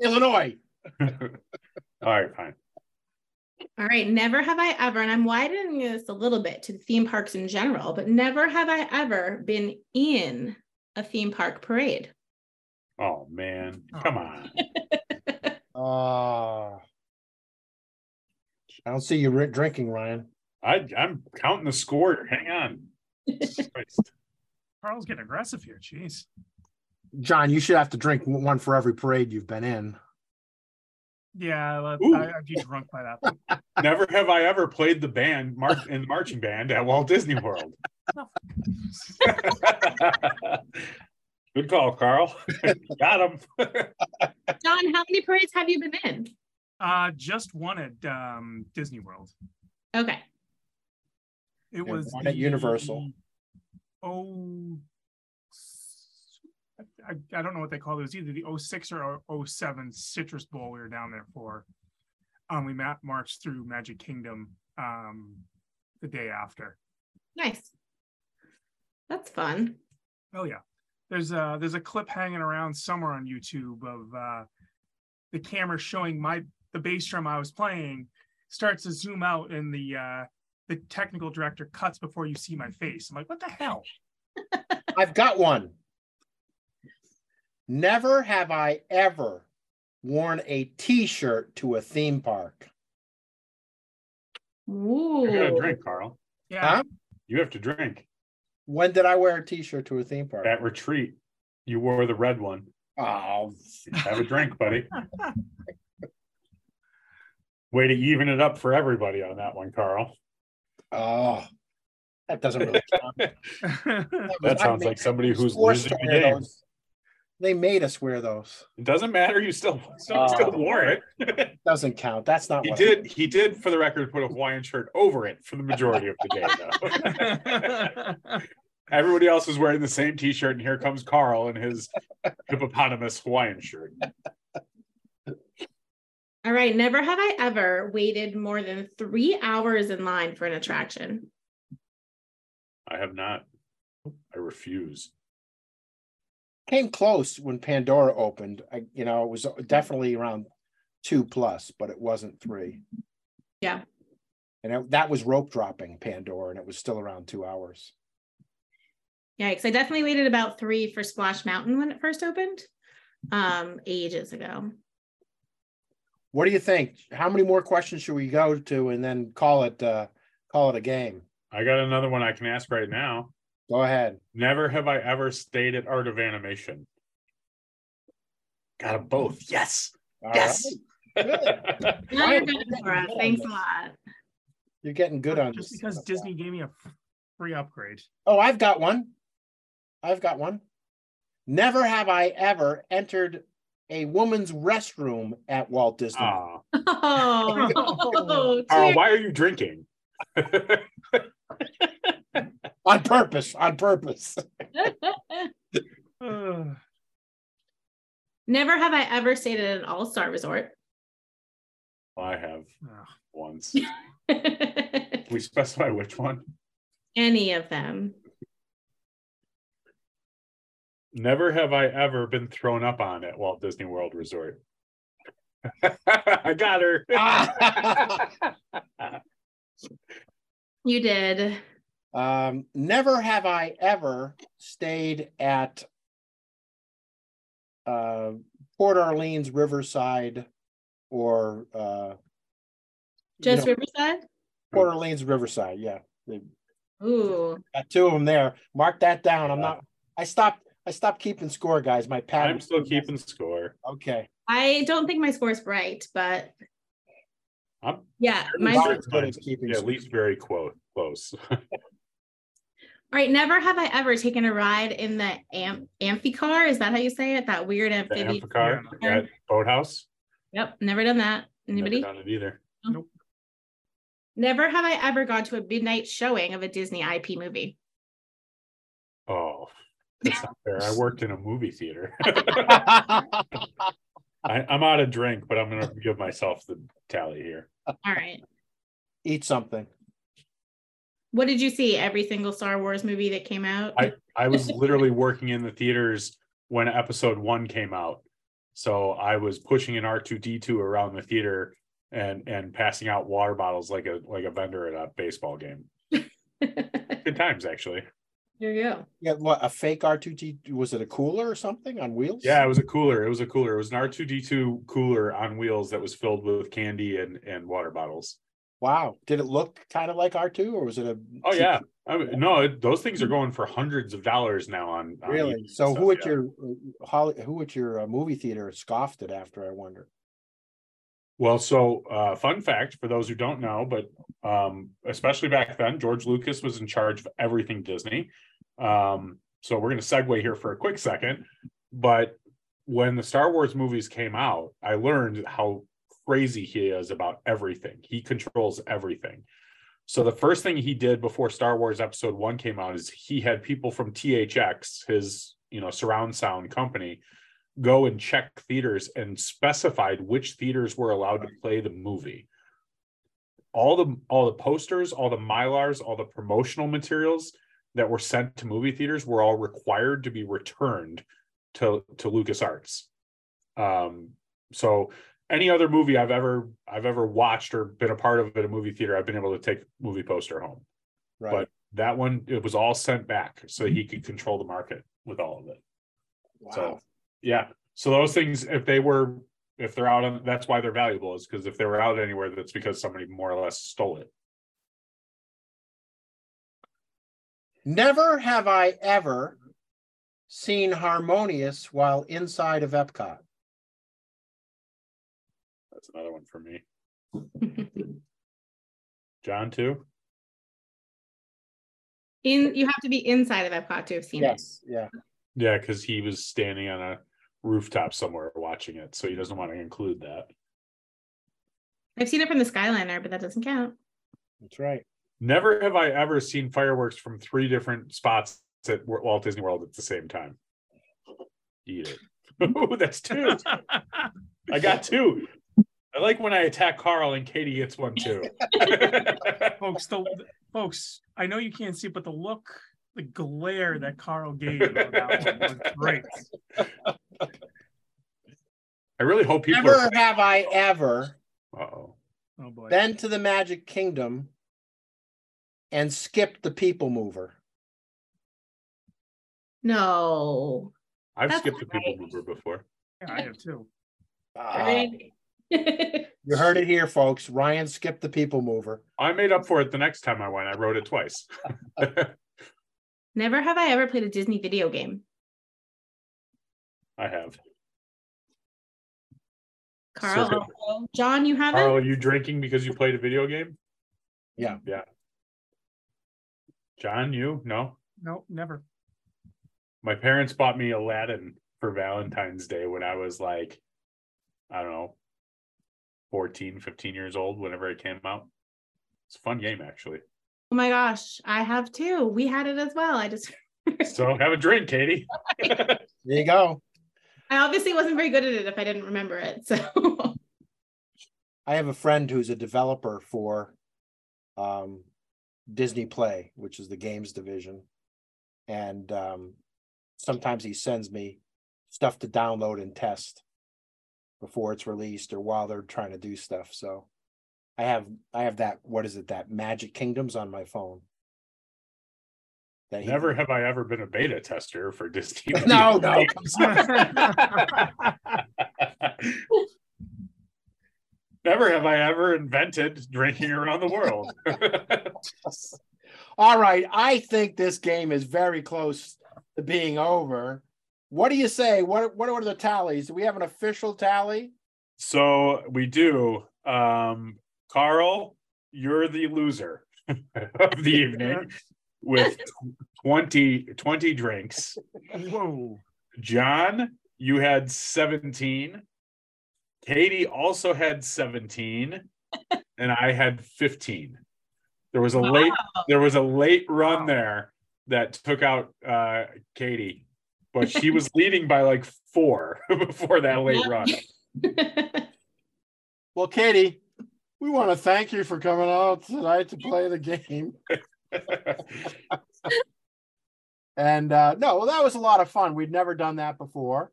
[SPEAKER 3] Illinois.
[SPEAKER 5] All right, fine.
[SPEAKER 6] All right, never have I ever, and I'm widening this a little bit to theme parks in general, but never have I ever been in a theme park parade.
[SPEAKER 5] Oh man, come on.
[SPEAKER 3] Uh, I don't see you ri- drinking, Ryan.
[SPEAKER 5] I I'm counting the score. Hang on. Christ.
[SPEAKER 4] Carl's getting aggressive here. Jeez.
[SPEAKER 3] John, you should have to drink w- one for every parade you've been in.
[SPEAKER 4] Yeah, I,
[SPEAKER 5] Ooh.
[SPEAKER 4] I, I'd be drunk by that. point.
[SPEAKER 5] Never have I ever played the band march in the marching band at Walt Disney World. Good call, Carl. Got him.
[SPEAKER 6] John, how many parades have you been in?
[SPEAKER 4] Uh, just one at um, Disney World.
[SPEAKER 6] Okay.
[SPEAKER 4] It was
[SPEAKER 3] one at
[SPEAKER 4] the-
[SPEAKER 3] Universal.
[SPEAKER 4] Oh, I, I don't know what they call it. It was either the 06 or 07 Citrus Bowl we were down there for. Um, we ma- marched through Magic Kingdom um, the day after.
[SPEAKER 6] Nice. That's fun.
[SPEAKER 4] Oh yeah, there's a there's a clip hanging around somewhere on YouTube of uh, the camera showing my the bass drum I was playing starts to zoom out, and the uh, the technical director cuts before you see my face. I'm like, what the hell?
[SPEAKER 3] I've got one. Never have I ever worn a T-shirt to a theme park.
[SPEAKER 5] You gotta
[SPEAKER 6] Ooh.
[SPEAKER 5] drink, Carl.
[SPEAKER 4] Yeah,
[SPEAKER 3] Huh?
[SPEAKER 5] You have to drink.
[SPEAKER 3] When did I wear a T-shirt to a theme park?
[SPEAKER 5] At retreat, you wore the red one.
[SPEAKER 3] Oh,
[SPEAKER 5] Have a drink, buddy. Way to even it up for everybody on that one, Carl.
[SPEAKER 3] oh, that doesn't really. Count.
[SPEAKER 5] That sounds like somebody who's
[SPEAKER 3] Forced
[SPEAKER 5] losing
[SPEAKER 3] to
[SPEAKER 5] the
[SPEAKER 3] wear
[SPEAKER 5] game.
[SPEAKER 3] those. They made us wear those.
[SPEAKER 5] It doesn't matter. You still still,
[SPEAKER 3] Oh.
[SPEAKER 5] still wore it.
[SPEAKER 3] Doesn't count. That's not
[SPEAKER 5] he
[SPEAKER 3] what
[SPEAKER 5] did. He did, for the record, put a Hawaiian shirt over it for the majority of the day. Though. Everybody else is wearing the same T-shirt, and here comes Carl in his hippopotamus Hawaiian shirt.
[SPEAKER 6] All right. Never have I ever waited more than three hours in line for an attraction.
[SPEAKER 5] I have not. I refuse.
[SPEAKER 3] came close when Pandora opened. I, you know, it was definitely around two plus, but it wasn't three.
[SPEAKER 6] Yeah.
[SPEAKER 3] And it, that was rope dropping Pandora, and it was still around two hours.
[SPEAKER 6] Yikes. I definitely waited about three for Splash Mountain when it first opened um, ages ago.
[SPEAKER 3] What do you think? How many more questions should we go to, and then call it uh, call it a game?
[SPEAKER 5] I got another one I can ask right now.
[SPEAKER 3] Go ahead.
[SPEAKER 5] Never have I ever stayed at Art of Animation. Got them both. Yes.
[SPEAKER 3] All
[SPEAKER 5] yes.
[SPEAKER 3] right. Good. I
[SPEAKER 6] Now you're
[SPEAKER 3] am
[SPEAKER 6] good,
[SPEAKER 3] getting
[SPEAKER 6] Laura.
[SPEAKER 3] good on
[SPEAKER 6] Thanks a
[SPEAKER 3] this.
[SPEAKER 6] lot.
[SPEAKER 3] You're getting good on
[SPEAKER 4] just
[SPEAKER 3] this
[SPEAKER 4] because
[SPEAKER 3] stuff.
[SPEAKER 4] Disney gave me a free upgrade.
[SPEAKER 3] Oh, I've got one. I've got one. Never have I ever entered a woman's restroom at Walt Disney.
[SPEAKER 4] Ah.
[SPEAKER 3] World.
[SPEAKER 5] Aw.
[SPEAKER 6] Oh, oh,
[SPEAKER 5] Carl,
[SPEAKER 6] dear.
[SPEAKER 5] why are you drinking?
[SPEAKER 3] on purpose. On purpose.
[SPEAKER 4] Ugh.
[SPEAKER 6] never have I ever stayed at an all star resort.
[SPEAKER 5] I have
[SPEAKER 4] Ugh.
[SPEAKER 5] once. Can we specify which one?
[SPEAKER 6] Any of them.
[SPEAKER 5] Never have I ever been thrown up on at Walt Disney World Resort. I got her.
[SPEAKER 6] You did.
[SPEAKER 3] Um, never have I ever stayed at uh, Port Orleans, Riverside, or uh, you
[SPEAKER 6] Just
[SPEAKER 3] know,
[SPEAKER 6] Riverside?
[SPEAKER 3] Port Orleans, Riverside. Yeah,
[SPEAKER 6] Ooh.
[SPEAKER 3] got two of them there. Mark that down. I'm
[SPEAKER 5] Yeah.
[SPEAKER 3] not. I stopped. I stopped keeping score, guys. My pad.
[SPEAKER 5] Uh, I'm still keeping score.
[SPEAKER 3] Okay.
[SPEAKER 6] I don't think my score's bright, but
[SPEAKER 5] I'm
[SPEAKER 6] yeah,
[SPEAKER 5] Very
[SPEAKER 6] my
[SPEAKER 5] bright.
[SPEAKER 6] all
[SPEAKER 3] Mark's good at keeping
[SPEAKER 5] at
[SPEAKER 3] score.
[SPEAKER 5] least very close. Close.
[SPEAKER 6] right. Never have I ever taken a ride in the amp amphi car. Is that how you say it? That weird
[SPEAKER 5] The
[SPEAKER 6] amphibious.
[SPEAKER 5] amphicar
[SPEAKER 6] Yeah.
[SPEAKER 5] at boathouse.
[SPEAKER 6] Yep, never done that.
[SPEAKER 5] Never
[SPEAKER 6] Anybody?
[SPEAKER 5] done it either.
[SPEAKER 6] Never have I ever gone to a midnight showing of a Disney IP movie.
[SPEAKER 5] Oh, that's not fair. I worked in a movie theater. I, I'm out of drink, but I'm gonna give myself the tally here.
[SPEAKER 6] All right.
[SPEAKER 3] Eat something.
[SPEAKER 6] What did you see? Every single Star Wars movie that came out?
[SPEAKER 5] I was literally working in the theaters when episode one came out. So I was pushing an R2D2 around the theater and and passing out water bottles like a like a vendor at a baseball game.
[SPEAKER 6] there
[SPEAKER 5] Good times actually.
[SPEAKER 6] you go.
[SPEAKER 3] Yeah, what a fake R two T was it a cooler or something on wheels?
[SPEAKER 5] Yeah, it was a cooler. It was a cooler. It was an R2D2 cooler on wheels that was filled with candy and and water bottles.
[SPEAKER 3] Wow. Did it look kind of like R two, or was it a?
[SPEAKER 5] Oh yeah. I mean, no, it, those things are going for hundreds of dollars now on, on
[SPEAKER 3] Really?
[SPEAKER 5] eBay
[SPEAKER 3] So
[SPEAKER 5] and
[SPEAKER 3] who
[SPEAKER 5] stuff,
[SPEAKER 3] at
[SPEAKER 5] yeah.
[SPEAKER 3] your uh, Holly, who at your uh, movie theater scoffed it after? I wonder.
[SPEAKER 5] Well, so uh, fun fact for those who don't know, but um, especially back then, George Lucas was in charge of everything Disney. Um, so we're going to segue here for a quick second. But when the Star Wars movies came out, I learned how crazy he is about everything. He controls everything. So the first thing he did before Star Wars Episode One came out is he had people from THX, his you know surround sound company, go and check theaters and specified which theaters were allowed to play the movie. All the all the posters, all the mylars, all the promotional materials that were sent to movie theaters were all required to be returned to to LucasArts. Um, so any other movie I've ever I've ever watched or been a part of at a movie theater, I've been able to take movie poster home.
[SPEAKER 3] Right.
[SPEAKER 5] But- That one it was all sent back so he could control the market with all of it.
[SPEAKER 3] wow.
[SPEAKER 5] So yeah. So those things, if they were, if they're out on, that's why they're valuable. Is because if they were out anywhere, that's because somebody more or less stole it.
[SPEAKER 3] Never have I ever seen Harmonious while inside of Epcot.
[SPEAKER 5] That's another one for me. John too.
[SPEAKER 6] In you have to be inside of Epcot to have seen it.
[SPEAKER 3] Yeah.
[SPEAKER 5] Yeah, because he was standing on a rooftop somewhere watching it, so he doesn't want to include that.
[SPEAKER 6] I've seen it from the Skyliner, but that doesn't count.
[SPEAKER 3] That's right.
[SPEAKER 5] Never have I ever seen fireworks from three different spots at Wa- Walt Disney World at the same time. Eat it. Ooh, that's two. I got two. I like when I attack Carl and Katie gets one too.
[SPEAKER 4] folks, the folks, I know you can't see, it, but the look, the glare that Carl gave on that one was great.
[SPEAKER 5] I really hope people
[SPEAKER 3] Never have I ever
[SPEAKER 5] are. Oh,
[SPEAKER 4] Oh boy.
[SPEAKER 3] been to the Magic Kingdom and skipped the People Mover.
[SPEAKER 6] No.
[SPEAKER 5] I've
[SPEAKER 6] That's
[SPEAKER 5] skipped the
[SPEAKER 6] not
[SPEAKER 5] people
[SPEAKER 6] right.
[SPEAKER 5] mover before.
[SPEAKER 4] yeah, I have too.
[SPEAKER 5] Uh,
[SPEAKER 3] Ah, you heard it here, folks. Ryan skipped the People Mover.
[SPEAKER 5] I made up for it the next time I went. I wrote it twice. I
[SPEAKER 6] Never have I ever played a Disney video game.
[SPEAKER 5] have.
[SPEAKER 6] Carl,
[SPEAKER 5] So-
[SPEAKER 6] also. John, you haven't?
[SPEAKER 5] Carl, are you drinking because you played a video game?
[SPEAKER 3] Yeah.
[SPEAKER 5] Yeah. John, you? No.
[SPEAKER 4] No, never.
[SPEAKER 5] My parents bought me Aladdin for Valentine's Day when I was like, I don't know, 14, 15 years old, whenever it came out. It's a fun game, actually.
[SPEAKER 6] Oh my gosh, I have too. We had it as well. I just
[SPEAKER 5] So have a drink, Katie.
[SPEAKER 3] There you go.
[SPEAKER 6] I obviously wasn't very good at it if I didn't remember it. So
[SPEAKER 3] I have a friend who's a developer for um, Disney Play, which is the games division, and um, sometimes he sends me stuff to download and test. before it's released or while they're trying to do stuff. So I have I have that what is it that Magic Kingdoms on my phone. That he-
[SPEAKER 5] Never have I ever been a beta tester for Disney.
[SPEAKER 3] No, no.
[SPEAKER 5] Never have I ever invented drinking around the world.
[SPEAKER 3] All right, I think this game is very close to being over. What do you say? What what are the tallies? Do we have an official tally?
[SPEAKER 5] so we do. Um, Carl, you're the loser of the evening with 20, 20 drinks.
[SPEAKER 4] Whoa.
[SPEAKER 5] John, you had 17. Katie also had 17 and I had 15. There was a late there was a late run there that took out uh Katie, but she was leading by like 4 before that late
[SPEAKER 6] Yeah.
[SPEAKER 5] run.
[SPEAKER 3] Well, Katie, we want to thank you for coming out tonight to play the game. And uh, no, well, that was a lot of fun. We'd never done that before.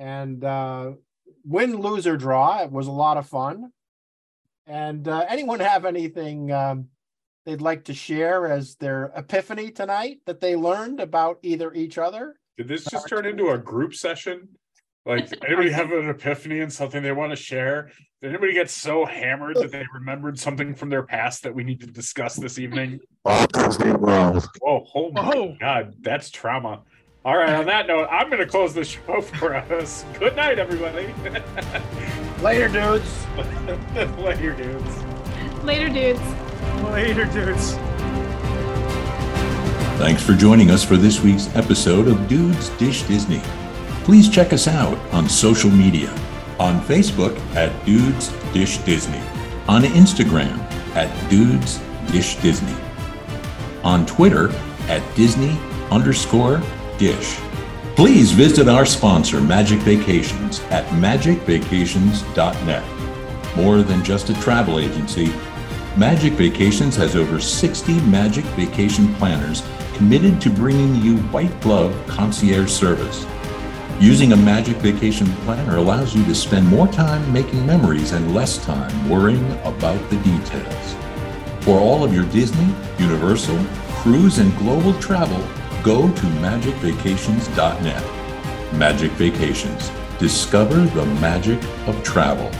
[SPEAKER 3] And uh, win, lose, or draw, it was a lot of fun. And uh, anyone have anything um, they'd like to share as their epiphany tonight that they learned about either each other?
[SPEAKER 5] Did this just turn into a group session? Like, did anybody have an epiphany and something they want to share? Did anybody get so hammered that they remembered something from their past that we need to discuss this evening? Oh, oh my
[SPEAKER 4] Oh.
[SPEAKER 5] God, that's trauma. All right, on that note, I'm going to close the show for us. Good night, everybody.
[SPEAKER 3] Later, dudes.
[SPEAKER 5] Later, dudes.
[SPEAKER 6] Later, dudes.
[SPEAKER 4] Later, dudes.
[SPEAKER 1] Thanks for joining us for this week's episode of Dudes Dish Disney. Please check us out on social media on Facebook at Dudes Dish Disney, on Instagram at Dudes Dish Disney, on Twitter at Disney underscore dish. Please visit our sponsor, Magic Vacations, at magicvacations.net. More than just a travel agency, Magic Vacations has over 60 Magic Vacation planners committed to bringing you white glove concierge service. Using a Magic Vacation planner allows you to spend more time making memories and less time worrying about the details. For all of your Disney, Universal, cruise, and global travel, go to magicvacations.net. Magic Vacations. Discover the magic of travel.